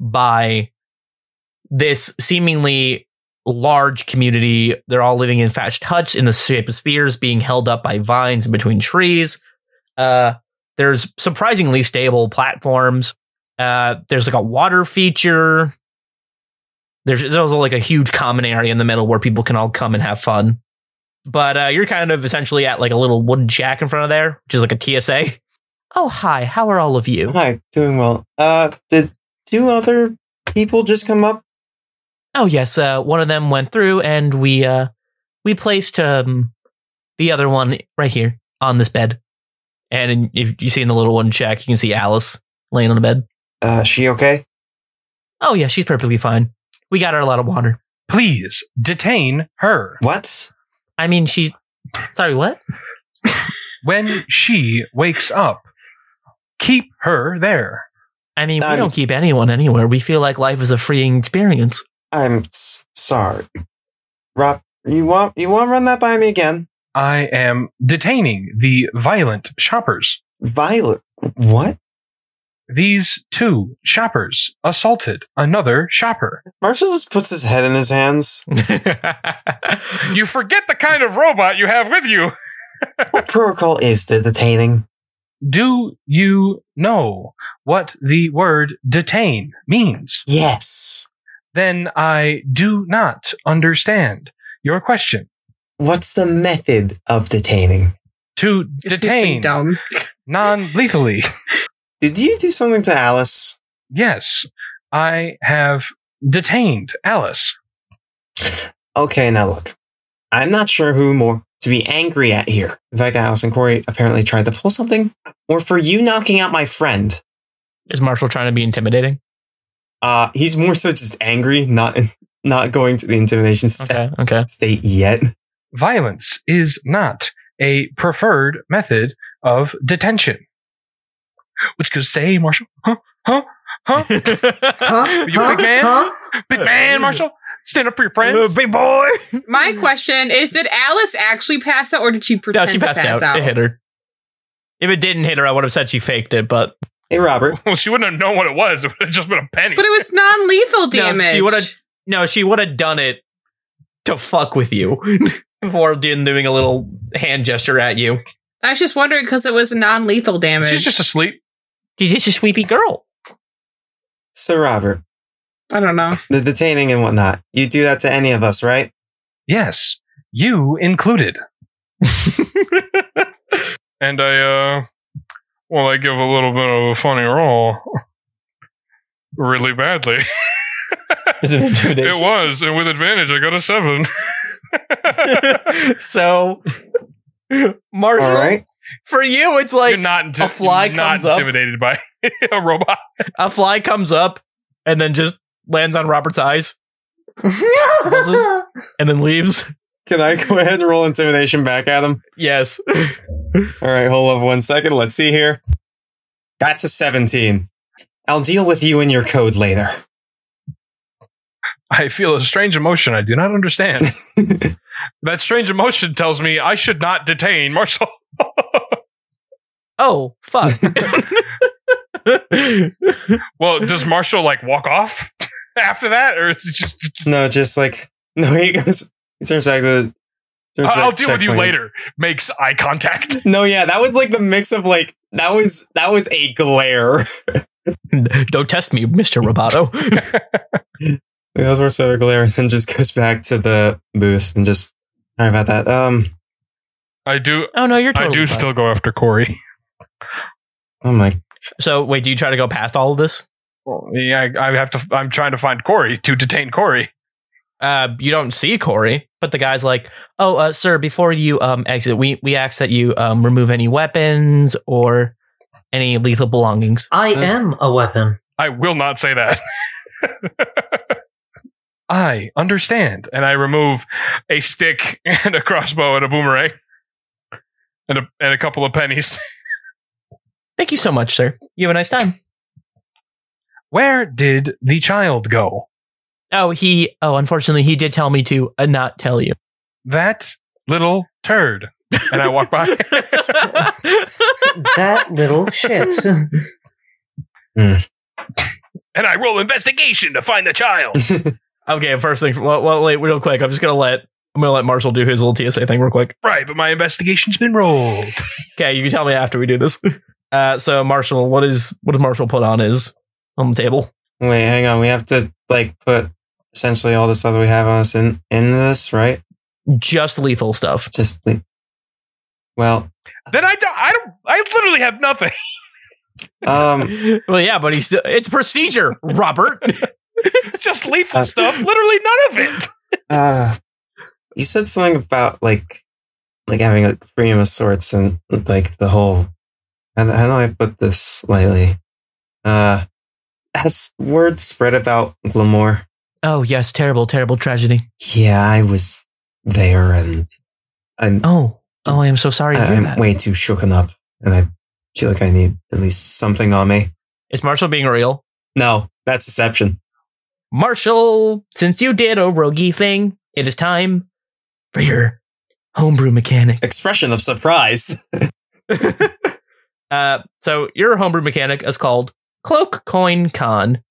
Speaker 3: by this seemingly large community. They're all living in thatched huts in the shape of spheres, being held up by vines in between trees. Uh, there's surprisingly stable platforms. Uh, there's like a water feature. There's, there's also like a huge common area in the middle where people can all come and have fun but uh, you're kind of essentially at like a little wooden shack in front of there, which is like a TSA. Oh hi, how are all of you?
Speaker 5: Hi, doing well. Uh, did two other people just come up?
Speaker 2: Oh, yes, uh, one of them went through and we uh, we placed um,
Speaker 3: The other one right here on this bed, and in, if you see in the little wooden shack, you can see Alice laying on the bed.
Speaker 5: Uh, she okay?
Speaker 3: Oh yeah, she's perfectly fine. We got her a lot of water.
Speaker 4: Please detain her.
Speaker 5: What?
Speaker 3: I mean, she. Sorry, what?
Speaker 4: When she wakes up, keep her there.
Speaker 3: I mean, we
Speaker 5: Um,
Speaker 3: don't keep anyone anywhere. We feel like life is a freeing experience. (laughs)
Speaker 5: I'm s- sorry. Rob, you want you want to run that by me again?
Speaker 4: I am detaining the violent shoppers.
Speaker 5: Violet, what?
Speaker 4: These two shoppers assaulted another shopper.
Speaker 5: Marshall just puts his head in his hands.
Speaker 4: (laughs) You forget the kind of robot you have with you.
Speaker 5: What protocol is the detaining?
Speaker 4: Do you know what the word detain means?
Speaker 5: Yes.
Speaker 4: Then I do not understand your question.
Speaker 5: What's the method of detaining?
Speaker 4: To
Speaker 8: It's
Speaker 4: detain
Speaker 8: just dumb.
Speaker 4: non lethally.
Speaker 5: Did you do something to Alice?
Speaker 4: Yes, I have detained Alice.
Speaker 5: Okay, now look. I'm not sure who more to be angry at here. The fact that Alice and Corey apparently tried to pull something, or for you knocking out my friend.
Speaker 3: Is Marshall trying to be intimidating?
Speaker 5: Uh, he's more so just angry, not (laughs) not going to the intimidation st-
Speaker 3: Okay, okay.
Speaker 5: state yet.
Speaker 4: Violence is not a preferred method of detention. What you gonna say, Marshall? Huh? Huh? (laughs) Huh?
Speaker 7: Huh?
Speaker 4: You
Speaker 7: Huh?
Speaker 4: big man?
Speaker 7: Huh?
Speaker 4: Big man, Marshall? Stand up for your friends.
Speaker 3: big boy.
Speaker 8: My
Speaker 1: Mm.
Speaker 8: question is: Did Alice actually pass out, or did she
Speaker 3: No,
Speaker 8: pretend
Speaker 3: she passed
Speaker 8: to
Speaker 3: out.
Speaker 8: pass out?
Speaker 3: It hit her. If it didn't hit her, I would have said she faked it, but (laughs)
Speaker 5: Hey, Robert.
Speaker 4: Well, she wouldn't have known what it was. It would have just been a penny.
Speaker 8: But it was non-lethal
Speaker 3: she
Speaker 8: damage.
Speaker 3: would've- No, she would have done it to fuck with you (laughs) before doing, doing a little hand gesture at you.
Speaker 8: I was just wondering because it was non-lethal damage.
Speaker 4: She's just asleep.
Speaker 3: She's just a sweepy girl. (laughs)
Speaker 5: So, Robert,
Speaker 8: I don't know.
Speaker 5: the detaining and whatnot. You do that to any of us, right?
Speaker 4: Yes, you included. (laughs) and I, uh, well, I give a little bit of a funny roll. Really (laughs) badly.
Speaker 3: It's an intimidation.
Speaker 4: It was, and with advantage, I got a (laughs) seven.
Speaker 3: (laughs) so, Marshall,
Speaker 5: All right.
Speaker 3: For you, it's like
Speaker 4: you're not, inti-
Speaker 3: a fly
Speaker 4: you're not
Speaker 3: comes up.
Speaker 4: intimidated by (laughs) a robot.
Speaker 3: a fly comes up and then just lands on Robert's eyes and then leaves.
Speaker 5: Can I go ahead and roll intimidation back at him?
Speaker 3: Yes.
Speaker 5: All right, hold up one second. Let's see here. That's a 17. I'll deal with you and your code later.
Speaker 4: I feel a strange emotion I do not understand. that strange emotion tells me I should not detain Marshall.
Speaker 3: Oh,
Speaker 5: (laughs)
Speaker 3: fuck.
Speaker 4: Well, does Marshall like walk off (laughs) after that, or is it just
Speaker 5: No, just like, (laughs) no, he goes, he turns back to the. turns
Speaker 4: I'll, I'll
Speaker 5: back to
Speaker 4: deal with you
Speaker 5: checkpoint.
Speaker 4: later? Makes eye contact.
Speaker 5: No, yeah, that was like the mix of like, that was, that was a glare. (laughs)
Speaker 3: Don't test me, Mr. Roboto.
Speaker 5: It was more so a glare and then just goes back to the booth and just, sorry about that. Um,
Speaker 4: I do.
Speaker 3: Oh no, you're
Speaker 4: (laughs) I
Speaker 3: totally
Speaker 4: do
Speaker 3: fine.
Speaker 4: still go after Corey.
Speaker 5: oh my
Speaker 3: So wait, do you try to go past all of this?
Speaker 4: Yeah, I, I have to. I'm trying to find Corey to detain Corey.
Speaker 3: Uh, you don't see Corey, but the guy's like, "Oh, uh, sir, before you um exit, we we ask that you um remove any weapons or any lethal belongings."
Speaker 7: I
Speaker 5: Uh.
Speaker 7: am a weapon.
Speaker 4: I will not say that. (laughs) I understand, and I remove a stick (laughs) and a crossbow and a boomerang and a and a couple of pennies. (laughs)
Speaker 3: Thank you so much, sir. You have a nice time.
Speaker 4: Where did the child go?
Speaker 3: Oh, he. Oh, unfortunately, he did tell me to uh, not tell you.
Speaker 4: That little turd. And I walk (laughs) by.
Speaker 7: That little shit.
Speaker 4: and I roll investigation to find the (laughs) child.
Speaker 3: okay, first thing. Well, well, wait, real quick. I'm just gonna let I'm gonna let Marshall do his little TSA thing real quick.
Speaker 4: right, but my investigation's been rolled.
Speaker 3: Okay, you can tell me after we do this. (laughs) Uh, so Marshall, what is what does Marshall put on his on the table?
Speaker 5: (laughs) Wait, hang on. We have to like put essentially all the stuff that we have on us in in this, right?
Speaker 3: Just lethal stuff.
Speaker 5: Just like, well,
Speaker 4: Then I don't, I don't, I literally have nothing.
Speaker 5: um,
Speaker 3: well, yeah, but he's still it's procedure, Robert.
Speaker 4: It's just lethal
Speaker 5: Uh,
Speaker 4: (laughs) stuff. Literally none of it.
Speaker 5: uh, you said something about like like having a freedom of sorts and like the whole. How, how do I put this lightly? Uh, has word spread about Glamour?
Speaker 3: (laughs) oh yes, terrible, terrible tragedy.
Speaker 5: Yeah, I was there, and I'm
Speaker 3: Oh, oh, I am so sorry to hear
Speaker 5: I'm
Speaker 3: that.
Speaker 5: way too shooken up, and I feel like I need at least something on me.
Speaker 3: Is Marshall being real?
Speaker 5: No, that's deception.
Speaker 3: Marshall, since you did a roguey thing, it is time for your homebrew mechanic.
Speaker 5: Expression of surprise.
Speaker 3: Uh, so your homebrew mechanic is called Cloak Coin Con.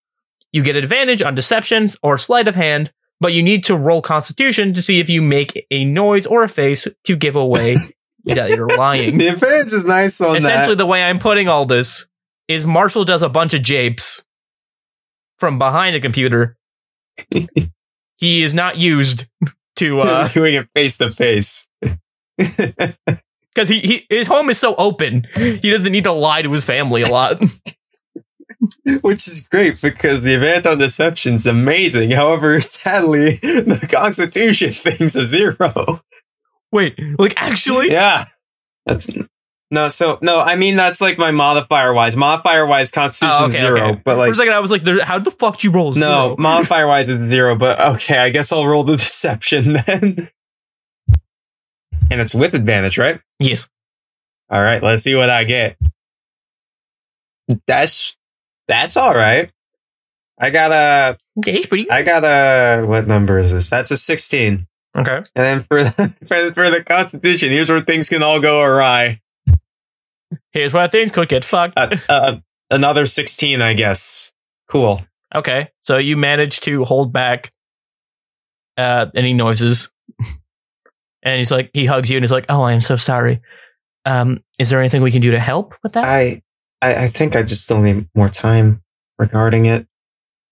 Speaker 3: You get advantage on deceptions or sleight of hand, but you need to roll Constitution to see if you make a noise or a face to give away that you're lying.
Speaker 5: (laughs) the advantage is nice on
Speaker 3: Essentially, the way I'm putting all this is Marshall does a bunch of japes from behind a
Speaker 5: (laughs)
Speaker 3: computer. he is not used to
Speaker 5: that.
Speaker 3: uh
Speaker 5: (laughs) Doing it face to face. (laughs)
Speaker 3: because he, he his home is so open he doesn't need to lie to his family a lot (laughs)
Speaker 5: (laughs) Which is great because the advantage on deception is amazing. However, sadly, (laughs) the constitution (laughs) thing's a zero. (laughs)
Speaker 3: wait like actually
Speaker 5: Yeah. That's no, so no, I mean that's like my modifier wise. Modifier wise constitution
Speaker 3: Oh, okay,
Speaker 5: zero.
Speaker 3: okay.
Speaker 5: But
Speaker 3: For
Speaker 5: like
Speaker 3: a second, I was like, there- "How the fuck you roll?"
Speaker 5: no,
Speaker 3: zero? (laughs)
Speaker 5: modifier wise is zero, but okay, I guess I'll roll the (laughs) deception then. And it's with advantage, right?
Speaker 3: yes,
Speaker 5: All right, let's see what I get. That's that's all right. I got a
Speaker 3: yeah, he's
Speaker 5: (laughs)
Speaker 3: pretty.
Speaker 5: I got a what number is this? That's a 16.
Speaker 3: okay,
Speaker 5: And then for the, (laughs) for, for the constitution, here's where things can all go awry.
Speaker 3: here's where things could get fucked.
Speaker 5: Uh, uh, another 16, I guess. Cool.
Speaker 3: okay, so you managed to hold back uh, any noises, (laughs) and he's like, he hugs you, and he's like, "Oh, I am so sorry. Um, is there anything we can do to help with that?"
Speaker 5: I I, I think I just still need more time regarding it.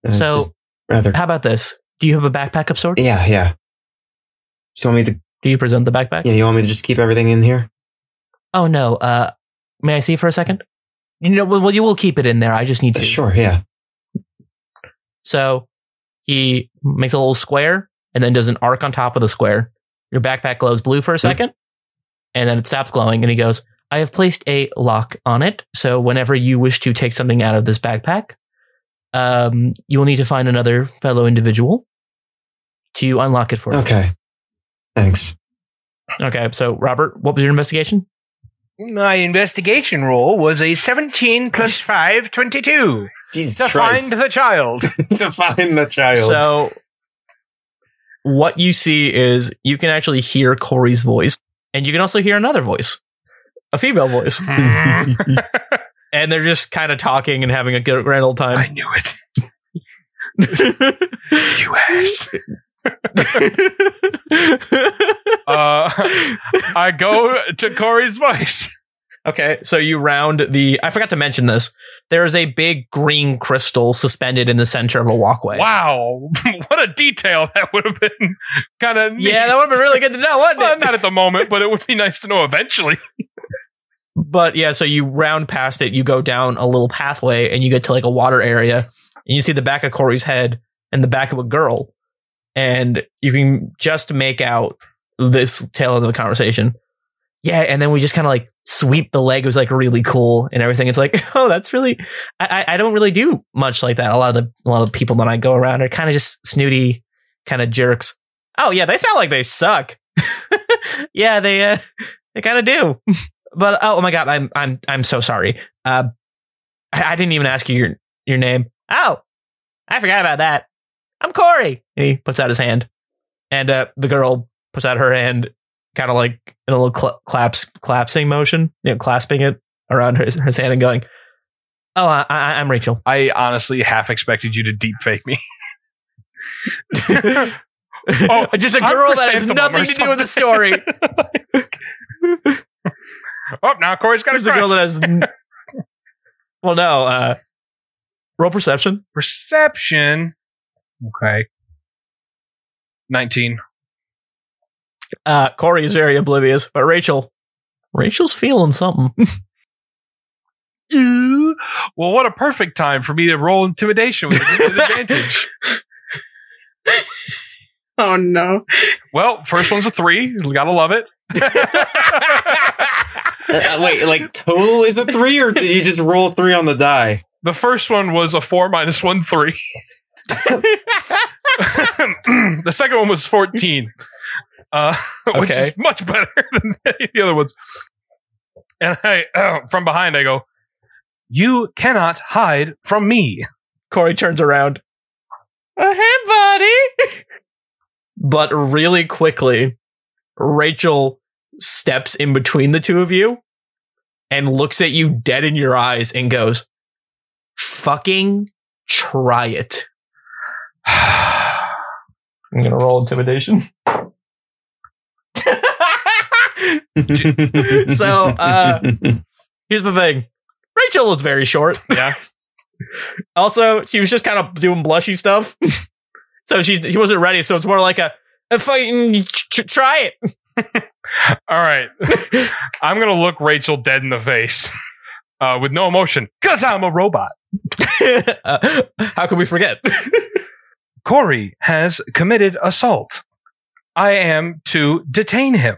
Speaker 5: And
Speaker 3: So-
Speaker 5: just rather
Speaker 3: How about this? Do you have a backpack of sorts?
Speaker 5: Yeah, yeah. So you want me to
Speaker 3: Do you present the backpack?
Speaker 5: yeah, you want me to just keep everything in here?
Speaker 3: Oh no. Uh, may I see for a second? You know, well, you will keep it in there. I just need to.
Speaker 5: Sure, yeah.
Speaker 3: So he makes a little square and then does an Hmm. arc on top of the square. Your backpack glows blue for a second and then it stops glowing and he goes, I have placed a lock on it. So whenever you wish to take something out of this backpack, um, you will need to find another fellow individual to unlock it for you.
Speaker 5: Okay. Thanks.
Speaker 3: Okay. So Robert, what was your investigation?
Speaker 4: My investigation roll was a 17 plus 5, 22.
Speaker 5: Jesus
Speaker 4: To find the (laughs) child.
Speaker 5: (laughs) to find the child.
Speaker 3: So what you see is you can actually hear Corey's voice, and you can also hear another voice, a female voice,
Speaker 4: Mm,
Speaker 3: and they're just kind of talking and having a good grand old
Speaker 4: I
Speaker 3: time.
Speaker 4: knew it. You ass. (laughs) Uh, I go to Corey's voice.
Speaker 3: Okay, so you round the. I forgot to mention this. There is a big green crystal suspended in the center of a walkway.
Speaker 4: Wow. (laughs) What a detail that would have been. Kind of
Speaker 3: Yeah, that would have been really good to know, wouldn't
Speaker 4: Well,
Speaker 3: it?
Speaker 4: not at the moment, but it would be nice to know eventually.
Speaker 3: But yeah, so you round past it, you go down a little pathway, and you get to like a water area, and you see the back of Corey's head and the back of a girl, and you can just make out this tail of the conversation. Yeah, and then we just kind of like sweep the leg. It was like really cool and everything. It's like, (laughs) oh, that's really. I I I don't really do much like that. A lot of the a lot of the people that I go around are kind of just snooty, kind of jerks. Oh yeah, they sound like they suck. (laughs) yeah, they uh, they kind of do. But oh, oh my god, I'm I'm I'm so sorry. Uh, I, I didn't even ask you your your name. Oh, I forgot about that. I'm Corey. And he puts out his hand, and uh, the girl puts out her hand, kind of like in a little cl- claps collapsing motion, you know, clasping it around her his hand and going, "Oh, I, I, I'm Rachel." (laughs)
Speaker 4: I honestly half expected you to deep fake me. Oh,
Speaker 3: just a
Speaker 4: I'm
Speaker 3: girl that has
Speaker 4: chrysanthemum
Speaker 3: nothing
Speaker 4: or
Speaker 3: to do with the
Speaker 4: something.
Speaker 3: story.
Speaker 4: Oh, now Corey's got a
Speaker 3: There's a
Speaker 4: crush.
Speaker 3: girl that has. n- (laughs) well, no. Uh, roll perception.
Speaker 4: Perception. Okay. 19.
Speaker 3: Uh, Corey is very oblivious, but Rachel, Rachel's feeling something. (laughs)
Speaker 4: Ooh. Well, what a perfect time for me to roll intimidation with an advantage.
Speaker 8: Oh no.
Speaker 4: (laughs) Well, first one's a three. Gotta love (laughs) it.
Speaker 5: Uh, wait, like total is a three, or did you just roll three on the die?
Speaker 4: the first one was a four minus
Speaker 3: (laughs)
Speaker 4: one three. the second one was 14, uh, (laughs) which
Speaker 3: Okay.
Speaker 4: is much better (laughs) than the other ones. And I, uh, from behind, I go, You cannot hide from me.
Speaker 3: Corey turns around. Uh, hey, buddy. (laughs) but really quickly, Rachel steps in between the two of you and looks at you dead in your eyes and goes, "Fucking try it." (sighs) I'm gonna roll (laughs) intimidation. So, uh, Here's the thing. Rachel is very short.
Speaker 4: Yeah.
Speaker 3: (laughs) Also, she was just kind of doing blushy stuff. (laughs) so she she wasn't ready. So it's more like a, a fucking tr- try it.
Speaker 4: All right. (laughs) I'm going to look Rachel dead in the face (laughs) uh, with no emotion because I'm a robot.
Speaker 3: (laughs) Uh, how can we forget? (laughs)
Speaker 4: Corey has committed assault. I am to detain him.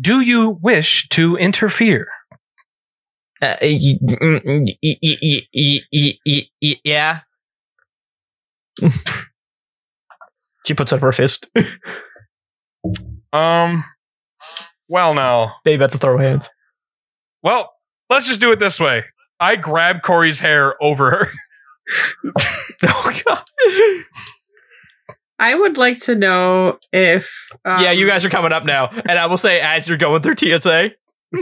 Speaker 4: Do you wish to interfere?
Speaker 3: Uh, y- mm, mm, y- y- y- y- y- y- y- yeah. she puts up her fist.
Speaker 4: Um, well, now.
Speaker 3: they about to throw hands. (laughs)
Speaker 4: Well, let's just do it this way. I grab Corey's hair over her. (laughs)
Speaker 3: Oh, God.
Speaker 8: I would like to know if um,
Speaker 3: yeah, you guys are coming up now. And I will say, as you're going through TSA,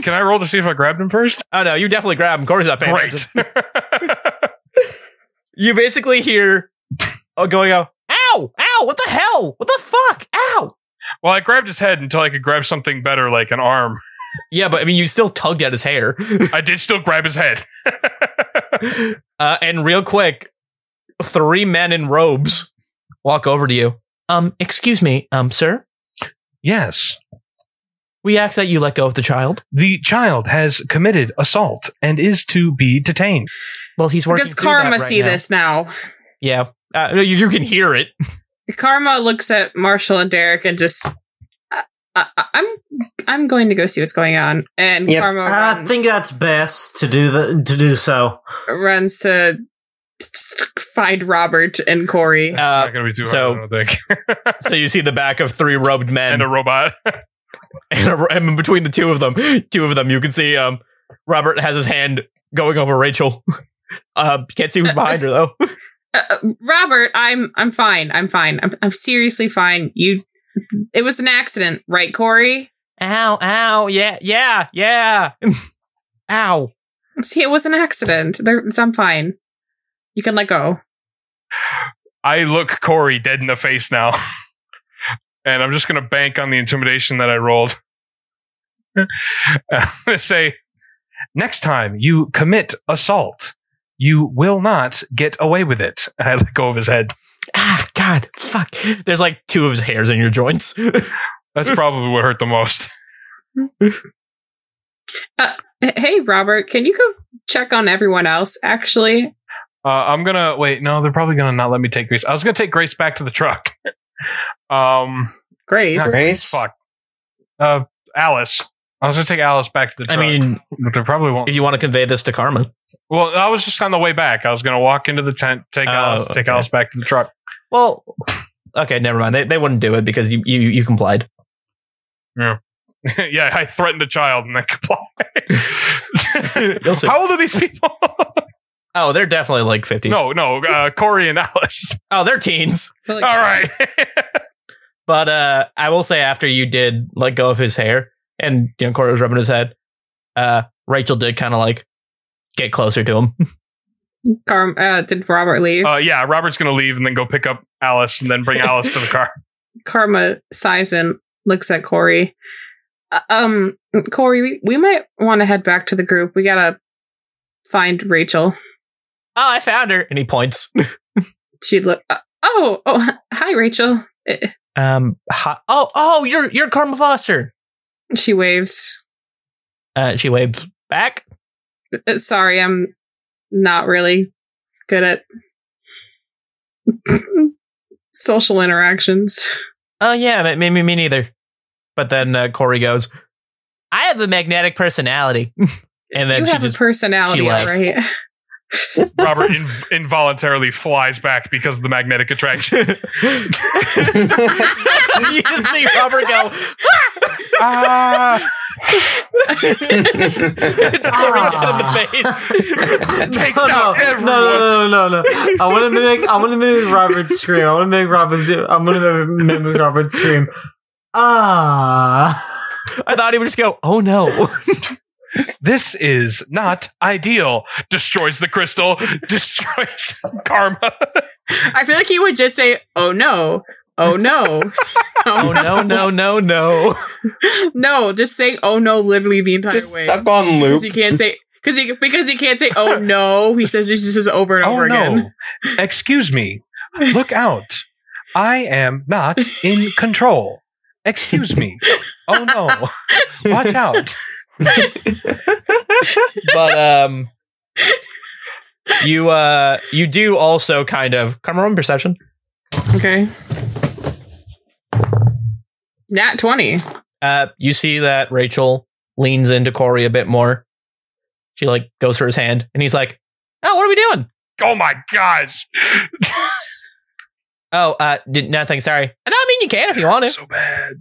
Speaker 4: Can I roll to see if I grabbed him first?
Speaker 3: oh no, you definitely grab him. Corey's not paying attention.
Speaker 4: Great.
Speaker 3: you basically hear oh, going out, ow, ow, what the hell? What the fuck? Ow.
Speaker 4: (laughs) well, I grabbed his head until I could grab something better, like an arm.
Speaker 3: Yeah, but I mean, you still tugged at his hair.
Speaker 4: I did still grab his head. (laughs)
Speaker 3: uh, and real quick, three men in robes walk over to you. Um, excuse me, um, sir.
Speaker 4: yes.
Speaker 3: We ask that you let go of the child.
Speaker 4: The child has committed assault and is to be detained.
Speaker 3: Well, he's working.
Speaker 8: Does
Speaker 3: through that
Speaker 8: Karma
Speaker 3: right
Speaker 8: see
Speaker 3: now.
Speaker 8: this now?
Speaker 3: Yeah, uh, you, you can hear it.
Speaker 8: Karma looks at Marshall and Derek and just. I- I, I- uh, I'm I'm going to go see what's going on. And
Speaker 5: Yep.
Speaker 8: Karma
Speaker 7: I
Speaker 8: runs,
Speaker 7: think that's best to do the to do so.
Speaker 8: runs to find Robert and Corey.
Speaker 4: It's not gonna be too
Speaker 3: so-
Speaker 4: hard, I don't think.
Speaker 3: Uh, So you see the back of three robed men,
Speaker 4: and a robot.
Speaker 3: (laughs)
Speaker 4: (laughs)
Speaker 3: and, a, and between the two of them, two of them, you can see um, Robert has his hand going over Rachel. (laughs) Uh, can't see who's behind her though.
Speaker 8: Uh, uh, Robert, I'm I'm fine. I'm fine. I'm I'm seriously fine. You, it was an accident, right, Corey?
Speaker 3: Ow! Ow! Yeah! Yeah! Yeah! ow!
Speaker 8: See, it was an accident. There, I'm fine. You can let go.
Speaker 4: I look Corey dead in the face now. (laughs) And I'm just going to bank on the intimidation that I rolled. (laughs) I'm going to say, next time you commit assault, you will not get away with it. And I let go of his head.
Speaker 3: Ah! God! Fuck! There's like two of his hairs in your joints.
Speaker 4: (laughs) That's probably what hurt the most.
Speaker 8: H- Hey, Robert, can you go check on everyone else? Actually,
Speaker 4: Uh, I'm going to wait. No, they're probably going to not let me take Grace. I was going to take Grace back to the truck. (laughs) um,
Speaker 8: Grace.
Speaker 4: Not
Speaker 5: Grace?
Speaker 4: Fuck.
Speaker 5: (laughs)
Speaker 4: Uh, Alice. I was going to take Alice back to the
Speaker 3: I
Speaker 4: truck.
Speaker 3: mean,
Speaker 4: but they probably won't.
Speaker 3: if you want to convey this to Carmen,
Speaker 4: Well, I was just on the way back. I was going to walk into the tent, take
Speaker 3: Oh,
Speaker 4: Alice, take
Speaker 3: okay.
Speaker 4: Alice back to the
Speaker 3: (laughs)
Speaker 4: truck.
Speaker 3: well, okay, never mind. They they wouldn't do it because you you you complied.
Speaker 4: yeah, I threatened a child and then (laughs) complied.
Speaker 3: You'll see.
Speaker 4: How old are these people?
Speaker 3: Oh, they're definitely like fifty.
Speaker 4: no, no, uh, Corey and Alice.
Speaker 3: Oh, they're teens.
Speaker 8: (laughs) Like,
Speaker 4: All right.
Speaker 3: But uh, I will say, after you did let go of his hair, and you know, Corey was rubbing his head, uh, Rachel did kind of like get closer to him.
Speaker 8: Carm, uh, did Robert
Speaker 4: (laughs)
Speaker 8: leave?
Speaker 4: uh, yeah, Robert's going to leave and then go pick up Alice and then bring Alice to the
Speaker 8: (laughs)
Speaker 4: car.
Speaker 8: Karma sighs and looks at Corey. Uh, um, Corey, we, we might want to head back to the group. We gotta find Rachel.
Speaker 3: oh, I found her, and he points.
Speaker 8: She look. Uh, oh, oh, (laughs) hi, Rachel. Eh,
Speaker 3: Um, hi- oh, oh, you're you're Carmel Foster.
Speaker 8: She waves.
Speaker 3: Uh, she waves back.
Speaker 8: Uh, Sorry, I'm not really good at (laughs) social interactions.
Speaker 3: Oh yeah, me, me, me neither. But then uh, Corey goes, "I have a magnetic
Speaker 8: (laughs)
Speaker 3: personality," and then
Speaker 8: you
Speaker 3: she
Speaker 8: have
Speaker 3: just
Speaker 8: a personality,
Speaker 3: she laughs.
Speaker 8: right? (laughs)
Speaker 4: Robert inv- involuntarily flies back because of the magnetic
Speaker 3: (laughs)
Speaker 4: attraction.
Speaker 8: (laughs)
Speaker 3: you just see Robert go.
Speaker 4: ah,
Speaker 8: (laughs)
Speaker 3: it's Corey dead in the face.
Speaker 4: takes
Speaker 7: No,
Speaker 4: out
Speaker 7: no,
Speaker 4: everyone.
Speaker 7: no, no, no, no, no. I want to make. I want to make Robert scream. I want to make Robert. Do, I'm gonna make make Robert scream. Ah.
Speaker 3: I thought he would just go, "Oh
Speaker 8: (laughs)
Speaker 3: no."
Speaker 4: This is not ideal. Destroys the crystal, (laughs) destroys (laughs) karma.
Speaker 8: I feel like he would just say, "Oh no, oh no, (laughs)
Speaker 3: Oh no no no no!
Speaker 8: no!" Just saying, "Oh no," literally the entire
Speaker 5: Just
Speaker 8: way.
Speaker 5: stuck on loop.
Speaker 8: Because he can't say because he because he can't say, "Oh no." He says this is over and
Speaker 3: Oh,
Speaker 8: over again.
Speaker 4: Oh, no. Excuse me. Look out. I am not in control. Excuse me. Oh no.
Speaker 3: (laughs)
Speaker 4: Watch out.
Speaker 3: But um, you uh, you do also kind of come on perception.
Speaker 8: Okay. Nat twenty.
Speaker 3: Uh, you see that Rachel leans into Corey a bit more. She like goes for his hand, and he's like, "Oh, what are we doing?
Speaker 4: Oh my gosh.
Speaker 3: Oh, uh, did, nothing. Sorry. No, I mean you can if you want to.
Speaker 4: So bad.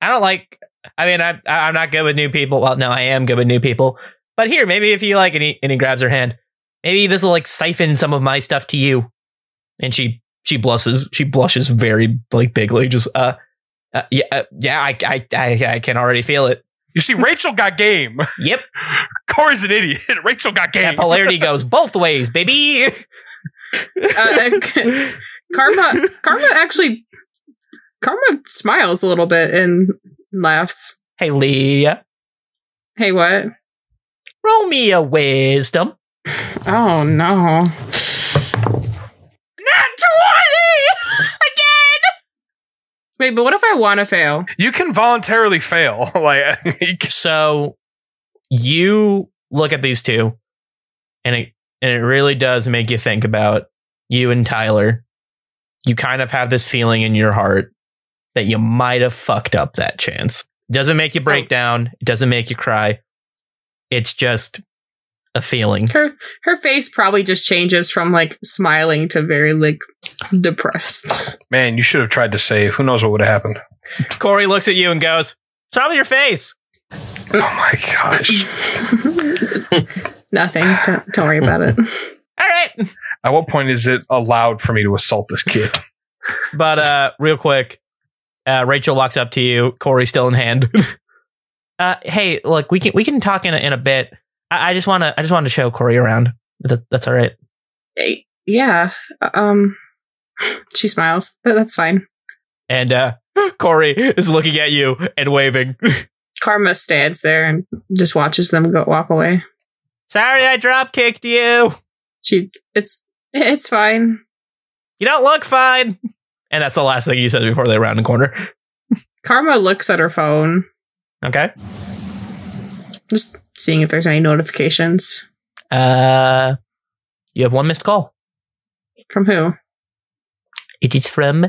Speaker 3: I don't like. I mean, I I- I'm not good with new people. Well, no, I am good with new people. But here, maybe if you like, and he and he grabs her hand. Maybe this will like siphon some of my stuff to you. And she she blushes. She blushes very like bigly. Just uh, uh yeah uh, yeah. I, I I I can already feel it.
Speaker 4: You see, Rachel got game. (laughs)
Speaker 3: Yep.
Speaker 4: Corey's an idiot. (laughs) Rachel got game.
Speaker 3: That (laughs) polarity goes both ways, baby.
Speaker 8: Uh, uh, (laughs) Karma Karma actually Karma smiles a little bit and laughs.
Speaker 3: Hey, Leah,
Speaker 8: Hey, what?
Speaker 3: roll me a wisdom.
Speaker 8: Oh no. Nat 20 again. Wait, but what if I want to fail?
Speaker 4: you can voluntarily fail. (laughs) like you can-
Speaker 3: So you look at these two, and it and it really does make you think about you and Tyler. You kind of have this feeling in your heart that you might have fucked up that chance. Doesn't make you break down. It doesn't make you cry. It's just a feeling.
Speaker 8: Her her face probably just changes from like smiling to very like depressed.
Speaker 4: Man, you should have tried to save. Who knows what would have happened?
Speaker 3: Corey looks at you and goes, "What's wrong with your face?"
Speaker 4: Oh my gosh.
Speaker 8: (laughs) Nothing. Don't, don't worry about it.
Speaker 3: All right.
Speaker 4: At what point is it allowed for me to assault this kid?
Speaker 3: But uh, real quick, uh, Rachel walks up to you. Corey still in hand. (laughs) uh, hey, look, we can we can talk in a, in a bit. I, I just want to I just wanted to show Corey around. That, that's all right.
Speaker 8: Eh, (laughs) Yeah. Um. She smiles. Th- That's fine.
Speaker 3: And uh, (laughs) Corey is looking at you and waving. (laughs)
Speaker 8: Karma stands there and just watches them go walk away.
Speaker 3: Sorry, I drop kicked you.
Speaker 8: She. It's. It's fine.
Speaker 3: You don't look fine. And that's the last thing he says before they round the corner.
Speaker 8: Karma looks at her phone,
Speaker 3: Okay.
Speaker 8: just seeing if there's any notifications
Speaker 3: Uh, you have one missed call.
Speaker 8: from who.
Speaker 3: It is from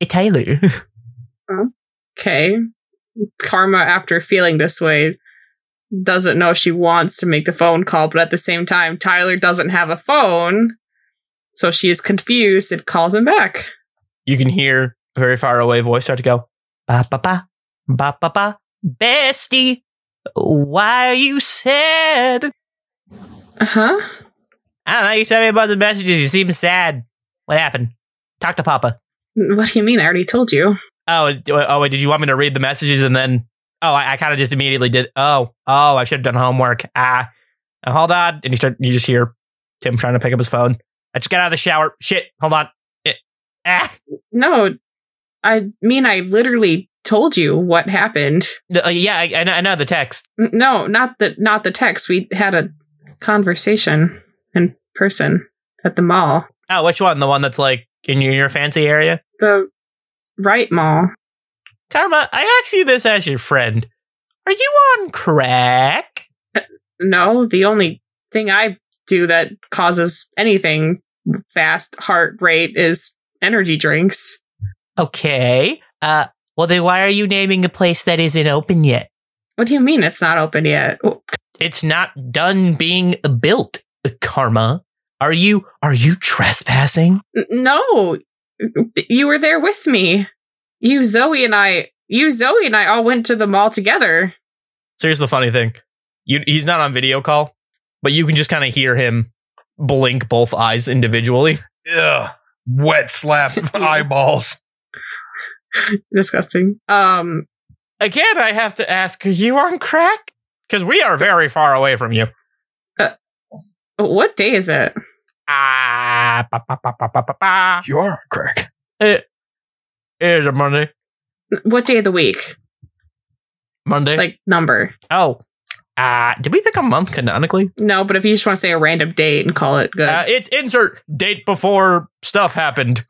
Speaker 3: a Taylor.
Speaker 8: Okay. Karma, after feeling this way, doesn't know if she wants to make the phone call, but at the same time, Tyler doesn't have a phone. So she is confused and calls him back.
Speaker 3: you can hear a very far away voice start to go ba ba ba ba ba ba bestie. Why are you sad?
Speaker 8: Uh huh.
Speaker 3: I don't know. You sent me a bunch of messages. You seem sad. What happened? Talk to Papa.
Speaker 8: What do you mean? I already told you.
Speaker 3: Oh, d- oh, wait, did you want me to read the messages and then? Oh, I, I kind of just immediately did. Oh, oh, I should have done homework. Ah, Now, hold on. And you start, you just hear Tim trying to pick up his phone. I just got out of the shower. Shit, hold on. Eh, ah,
Speaker 8: No, I mean, I literally told you what happened.
Speaker 3: Uh, yeah, I, I know, I know the text.
Speaker 8: N- No, not the not the text. We had a conversation in person at the mall,
Speaker 3: Oh, which one? The one that's like in your, your fancy area?
Speaker 8: the right mall.
Speaker 3: Karma, I asked you this as your friend. Are you on crack?
Speaker 8: No, the only thing I do that causes anything fast heart rate is energy drinks.
Speaker 3: Okay. Uh, well, then why are you naming a place that isn't open yet?
Speaker 8: What do you mean it's not open yet? W-
Speaker 3: It's not done being built, Karma. Are you are you trespassing?
Speaker 8: n- No, you were there with me. You, Zoe, and I. You, Zoe, and I all went to the mall together.
Speaker 3: So here's the funny thing. You, he's not on video call, but you can just kind of hear him blink both eyes individually.
Speaker 4: Ugh. Wet slap (laughs) eyeballs.
Speaker 8: Disgusting. Um,
Speaker 3: Again, I have to ask, are you on crack? Because we are very far away from you.
Speaker 8: what day is it?
Speaker 3: Ah, ba, ba, ba, ba, ba, ba, ba.
Speaker 4: You are crack.
Speaker 3: Here's a Monday.
Speaker 8: What day of the week?
Speaker 3: Monday.
Speaker 8: Like number?
Speaker 3: Oh, uh, did we pick a month canonically?
Speaker 8: No, but if you just want to say a random date and call it good,
Speaker 3: Uh, it's insert date before stuff happened.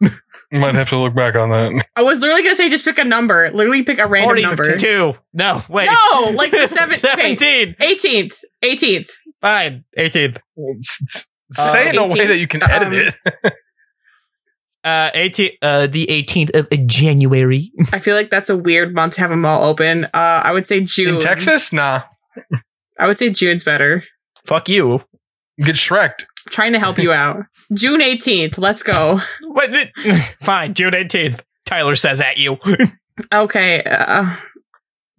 Speaker 4: Might have to look back on that.
Speaker 8: I was literally gonna say just pick a number. Literally pick a random number.
Speaker 3: Forty-two. No, wait.
Speaker 8: No, like
Speaker 3: (laughs)
Speaker 8: the seven-
Speaker 3: seventeen.
Speaker 8: Eighteenth, eighteenth.
Speaker 3: Fine. Eighteenth.
Speaker 9: Uh,
Speaker 4: Say it in a way
Speaker 8: 18.
Speaker 4: that you can
Speaker 8: Um,
Speaker 4: edit it.
Speaker 3: Uh, eighteen. Uh, the eighteenth of uh, January. (laughs)
Speaker 8: I feel like that's a weird month to have a mall open. Uh, I would say June.
Speaker 9: Um,
Speaker 4: In Texas? Nah.
Speaker 8: I would say June's better.
Speaker 3: Fuck you.
Speaker 4: Get shreked.
Speaker 8: I'm trying to help you out. June eighteenth. Let's go.
Speaker 3: What? the- (laughs) Fine. June eighteenth. Tyler says at you. (laughs)
Speaker 8: Okay. Uh,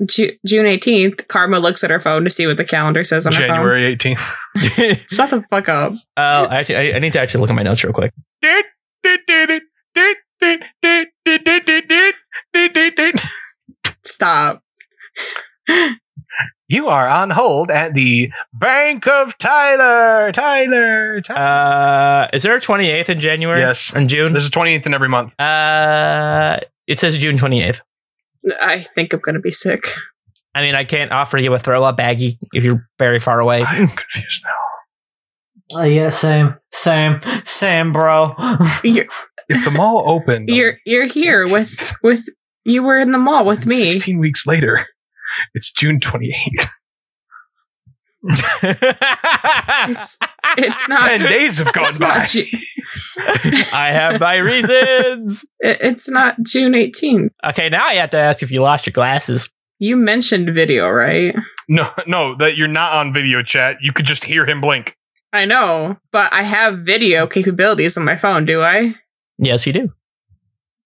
Speaker 8: Ju- June eighteenth. Karma looks at her phone to see what the calendar says on her phone.
Speaker 4: January 18th.
Speaker 8: Shut the fuck up.
Speaker 3: uh, I, actually, I, I need to actually look at my notes real quick.
Speaker 8: Stop.
Speaker 9: You are on hold at the Bank of Tyler. Tyler. Tyler.
Speaker 3: Uh, is there a twenty-eighth in January?
Speaker 4: Yes.
Speaker 3: In June.
Speaker 4: There's a 28th in every month.
Speaker 3: Uh, it says June twenty-eighth.
Speaker 8: I think I'm gonna be sick.
Speaker 3: I mean, I can't offer you a throw up baggie if you're very far
Speaker 4: (laughs)
Speaker 3: away.
Speaker 4: I am confused now.
Speaker 7: Oh yeah, same, same, same, bro.
Speaker 8: You're
Speaker 4: If the mall
Speaker 3: (laughs)
Speaker 4: opened on
Speaker 8: you're
Speaker 4: (laughs)
Speaker 8: you're here with with you were in the mall with me.
Speaker 4: 16 weeks later, it's June 28th.
Speaker 8: It's, it's not.
Speaker 4: 10 days have gone
Speaker 8: it's (laughs)
Speaker 4: by.
Speaker 8: Not Ju-
Speaker 3: I have my reasons.
Speaker 1: It, it's not June 18th.
Speaker 3: Okay, now I have to ask if you lost your glasses.
Speaker 1: You mentioned video, right?
Speaker 4: No, no, that you're not on video chat. You could just hear him blink.
Speaker 1: I know, but I have video capabilities on my phone, do I?
Speaker 2: Yes, you do.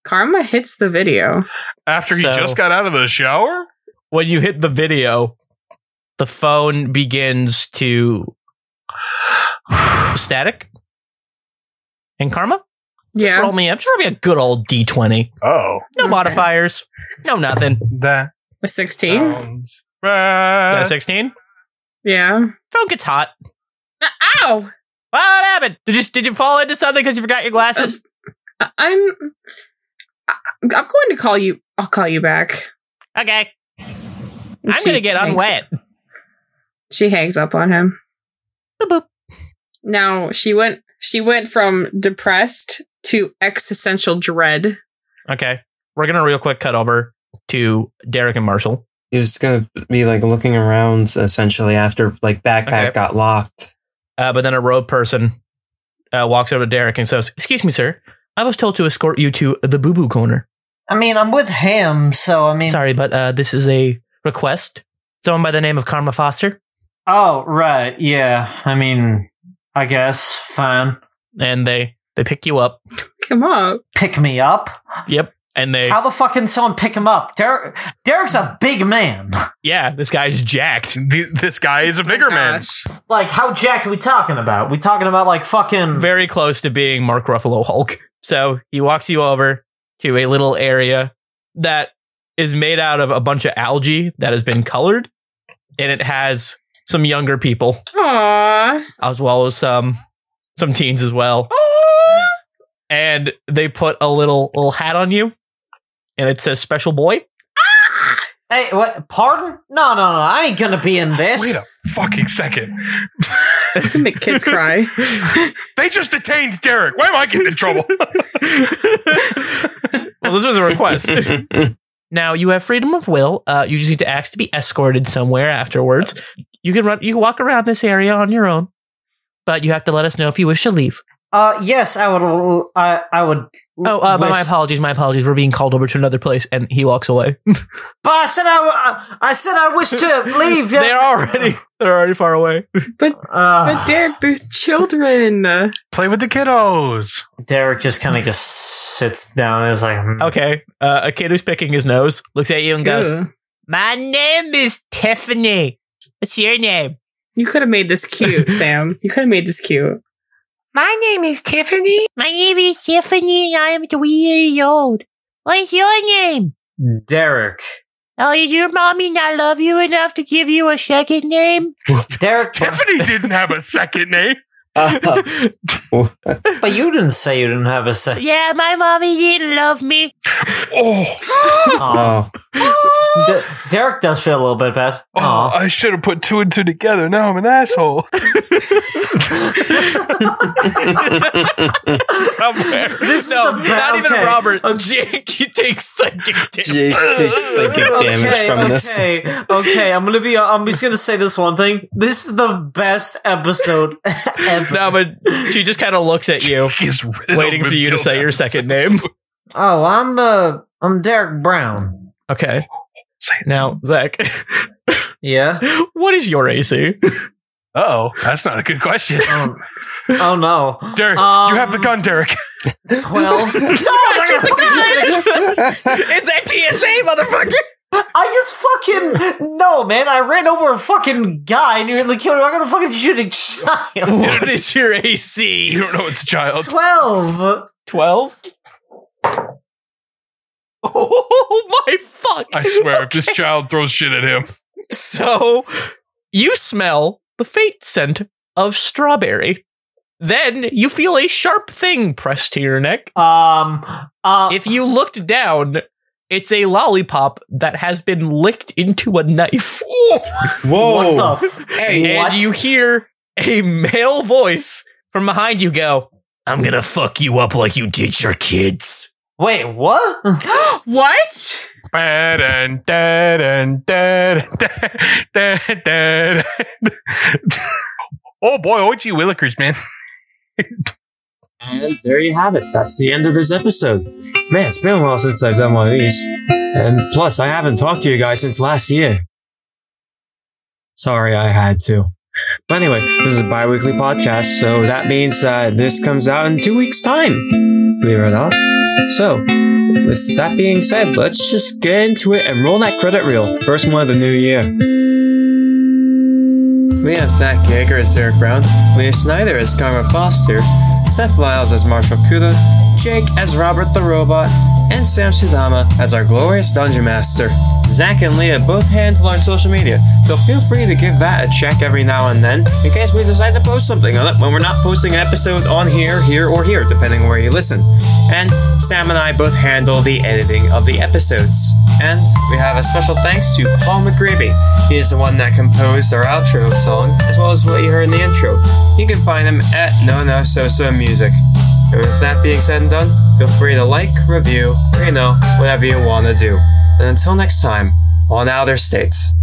Speaker 1: Karma hits the video.
Speaker 4: After he
Speaker 3: So-
Speaker 4: just got out of the shower?
Speaker 3: When you hit the video, the phone begins
Speaker 4: (sighs)
Speaker 3: to static. And Karma,
Speaker 1: Yeah.
Speaker 3: roll me up. Just roll me a good old d20.
Speaker 4: Oh.
Speaker 3: No
Speaker 1: Okay.
Speaker 3: modifiers. No nothing.
Speaker 4: That
Speaker 1: A 16?
Speaker 4: sounds
Speaker 3: Got a
Speaker 4: bad.
Speaker 3: 16.
Speaker 1: Yeah.
Speaker 3: Phone gets hot.
Speaker 8: Uh,
Speaker 1: Ow!
Speaker 3: What happened? Did you did you fall into something because you forgot your glasses?
Speaker 1: I- I'm. I- I'm going to call you. I'll call you back.
Speaker 3: okay, I'm
Speaker 1: She
Speaker 3: gonna get
Speaker 1: hangs-
Speaker 3: unwet.
Speaker 1: She hangs up on him. Now she went. She went from depressed to existential dread.
Speaker 3: Okay, we're gonna real quick cut over to Derek and Marshall.
Speaker 5: He was gonna be like looking around essentially after like backpack
Speaker 3: Okay.
Speaker 5: got locked.
Speaker 3: Uh, but then a rogue person uh, walks over to Derek and says, "Excuse me, sir. I was told to escort you to the Boo Boo Corner.
Speaker 7: I mean, I'm with him, so I mean.
Speaker 3: Sorry, but uh, this is a request. Someone by the name of Karma Foster."
Speaker 7: Oh, right. Yeah. I mean, I guess. Fine.
Speaker 3: And they they pick you up.
Speaker 1: Come on.
Speaker 7: Pick me up.
Speaker 3: Yep. And they
Speaker 7: How the fuck can someone pick him up? Derek, Derek's a big man.
Speaker 3: yeah, this guy's jacked.
Speaker 4: Th- This guy is a bigger man.
Speaker 1: man.
Speaker 7: Like, how jacked are we talking about? We talking about like fucking
Speaker 3: very close to being Mark Ruffalo Hulk. (laughs) So he walks you over to a little area that is made out of a bunch of algae that has been colored, and it has some younger people
Speaker 1: Aww.
Speaker 3: as well as some some teens as well. And they put a little little hat on you, and it says "Special Boy."
Speaker 7: Hey, what? Pardon? No, no, no. I ain't gonna be in this.
Speaker 4: Wait a fucking second.
Speaker 1: To make kids cry.
Speaker 4: They just detained Derek. Why am I getting in trouble?
Speaker 3: well, this was a
Speaker 5: (laughs)
Speaker 3: request. Now you have freedom of will. Uh, you just need to ask to be escorted somewhere afterwards. You can run. You can walk around this area on your own, but you have to let us know if you wish to leave.
Speaker 7: Uh, yes, I would. I, I would.
Speaker 3: Oh, uh, but my
Speaker 7: wish-
Speaker 3: apologies. My apologies. We're being called over to another place, and he walks away.
Speaker 7: But I said I. I said I wish to
Speaker 3: (laughs)
Speaker 7: leave. yeah.
Speaker 3: they're already they're already far away.
Speaker 1: but
Speaker 7: (laughs) Uh,
Speaker 1: Derek, there's children.
Speaker 4: (laughs) Play with the kiddos.
Speaker 7: Derek just kind of just sits down and is like, hmm.
Speaker 3: Okay, uh, a kid who's picking his nose looks at you and goes,
Speaker 1: Ugh.
Speaker 3: "My name is Tiffany. What's your name?"
Speaker 1: You could have made this cute, Sam. You could have made this cute.
Speaker 10: My name is Tiffany.
Speaker 2: My name is Tiffany, and I am three years old. What's your name?
Speaker 7: Derek.
Speaker 2: Oh, did your mommy not love you enough to give you a second name?
Speaker 3: (laughs)
Speaker 7: Derek. but,
Speaker 4: Tiffany didn't have a second (laughs) name.
Speaker 7: but you didn't say you didn't have
Speaker 3: (laughs)
Speaker 7: a second.
Speaker 2: Yeah, my mommy didn't love me.
Speaker 4: Oh,
Speaker 7: Aw.
Speaker 5: (laughs) oh,
Speaker 7: D- Derek does feel a little bit bad.
Speaker 4: oh,
Speaker 7: Aw.
Speaker 4: I should have put two and two together. Now I'm an asshole.
Speaker 3: (laughs) Somewhere.
Speaker 7: This is
Speaker 3: no,
Speaker 7: the ba-
Speaker 3: not even
Speaker 7: okay.
Speaker 3: Robert. (laughs)
Speaker 7: Okay.
Speaker 3: Jake, he takes psychic damage.
Speaker 5: Jake takes psychic damage from
Speaker 7: okay,
Speaker 5: this.
Speaker 7: Okay, okay, I'm gonna be. I'm just gonna say this one thing. This is the best episode (laughs) ever.
Speaker 3: No, but she just kind of looks at you,
Speaker 4: He's riddled
Speaker 3: waiting for
Speaker 4: with
Speaker 3: you to
Speaker 4: guilt.
Speaker 3: say your second name.
Speaker 7: Oh, I'm uh, I'm Derek Brown.
Speaker 3: Okay. Now, Zach, (laughs)
Speaker 7: Yeah.
Speaker 3: what is your AC?
Speaker 4: Oh, that's not a good question.
Speaker 7: Um, (laughs) oh no.
Speaker 4: Derek, you have (laughs) the
Speaker 7: Um,
Speaker 4: gun, Derek.
Speaker 5: (laughs)
Speaker 7: Twelve. no,
Speaker 3: (laughs) it's that TSA, motherfucker!
Speaker 7: I just fucking no, man. I ran over a fucking guy and you nearly killed him. I'm gonna fucking shoot a child.
Speaker 3: (laughs) What is your
Speaker 4: You
Speaker 3: AC?
Speaker 4: don't know it's a child.
Speaker 7: Twelve.
Speaker 3: 12? (laughs) Oh my fuck!
Speaker 4: I swear, if
Speaker 8: (laughs)
Speaker 4: this child throws shit at him,
Speaker 3: So you smell the faint scent of strawberry. Then you feel a sharp thing pressed to your neck.
Speaker 7: Um. Uh,
Speaker 3: If you looked down, it's a lollipop that has been licked into a knife.
Speaker 5: Whoa!
Speaker 7: what the? F-
Speaker 5: Hey.
Speaker 7: what?
Speaker 3: And you hear a male voice from behind you go, I'm gonna fuck you up like you did your kids.
Speaker 7: Wait, what?
Speaker 1: what?
Speaker 4: bad and dead and dead and dead, dead, dead. Oh boy, OG Willikers, man.
Speaker 5: And there you have it. That's the end of this episode. Man, it's been a while since I've done one of these. And plus, I haven't talked to you guys since last year. Sorry, I had to. But anyway, this is a bi weekly podcast, so that means that this comes out in two weeks' time, believe it or not. So, with that being said, let's just get into it and roll that credit reel. First one of the new year. We have Zach Yeager as Derek Brown, Leah Snyder as Karma Foster, Seth Lyles as Marshall Kuda, Jake as Robert the Robot, and Sam Sudama as our glorious Dungeon Master. Zach and Leah both handle our social media, so feel free to give that a check every now and then in case we decide to post something on it when we're not posting an episode on here, here, or here, depending on where you listen. And Sam and I both handle the editing of the episodes. And we have a special thanks to Paul McGreevy. He is the one that composed our outro song, as well as what you heard in the intro. You can find him at No No So So Music. And with that being said and done, feel free to like, review, or you know, whatever you want to do. And until next time, on Outer States.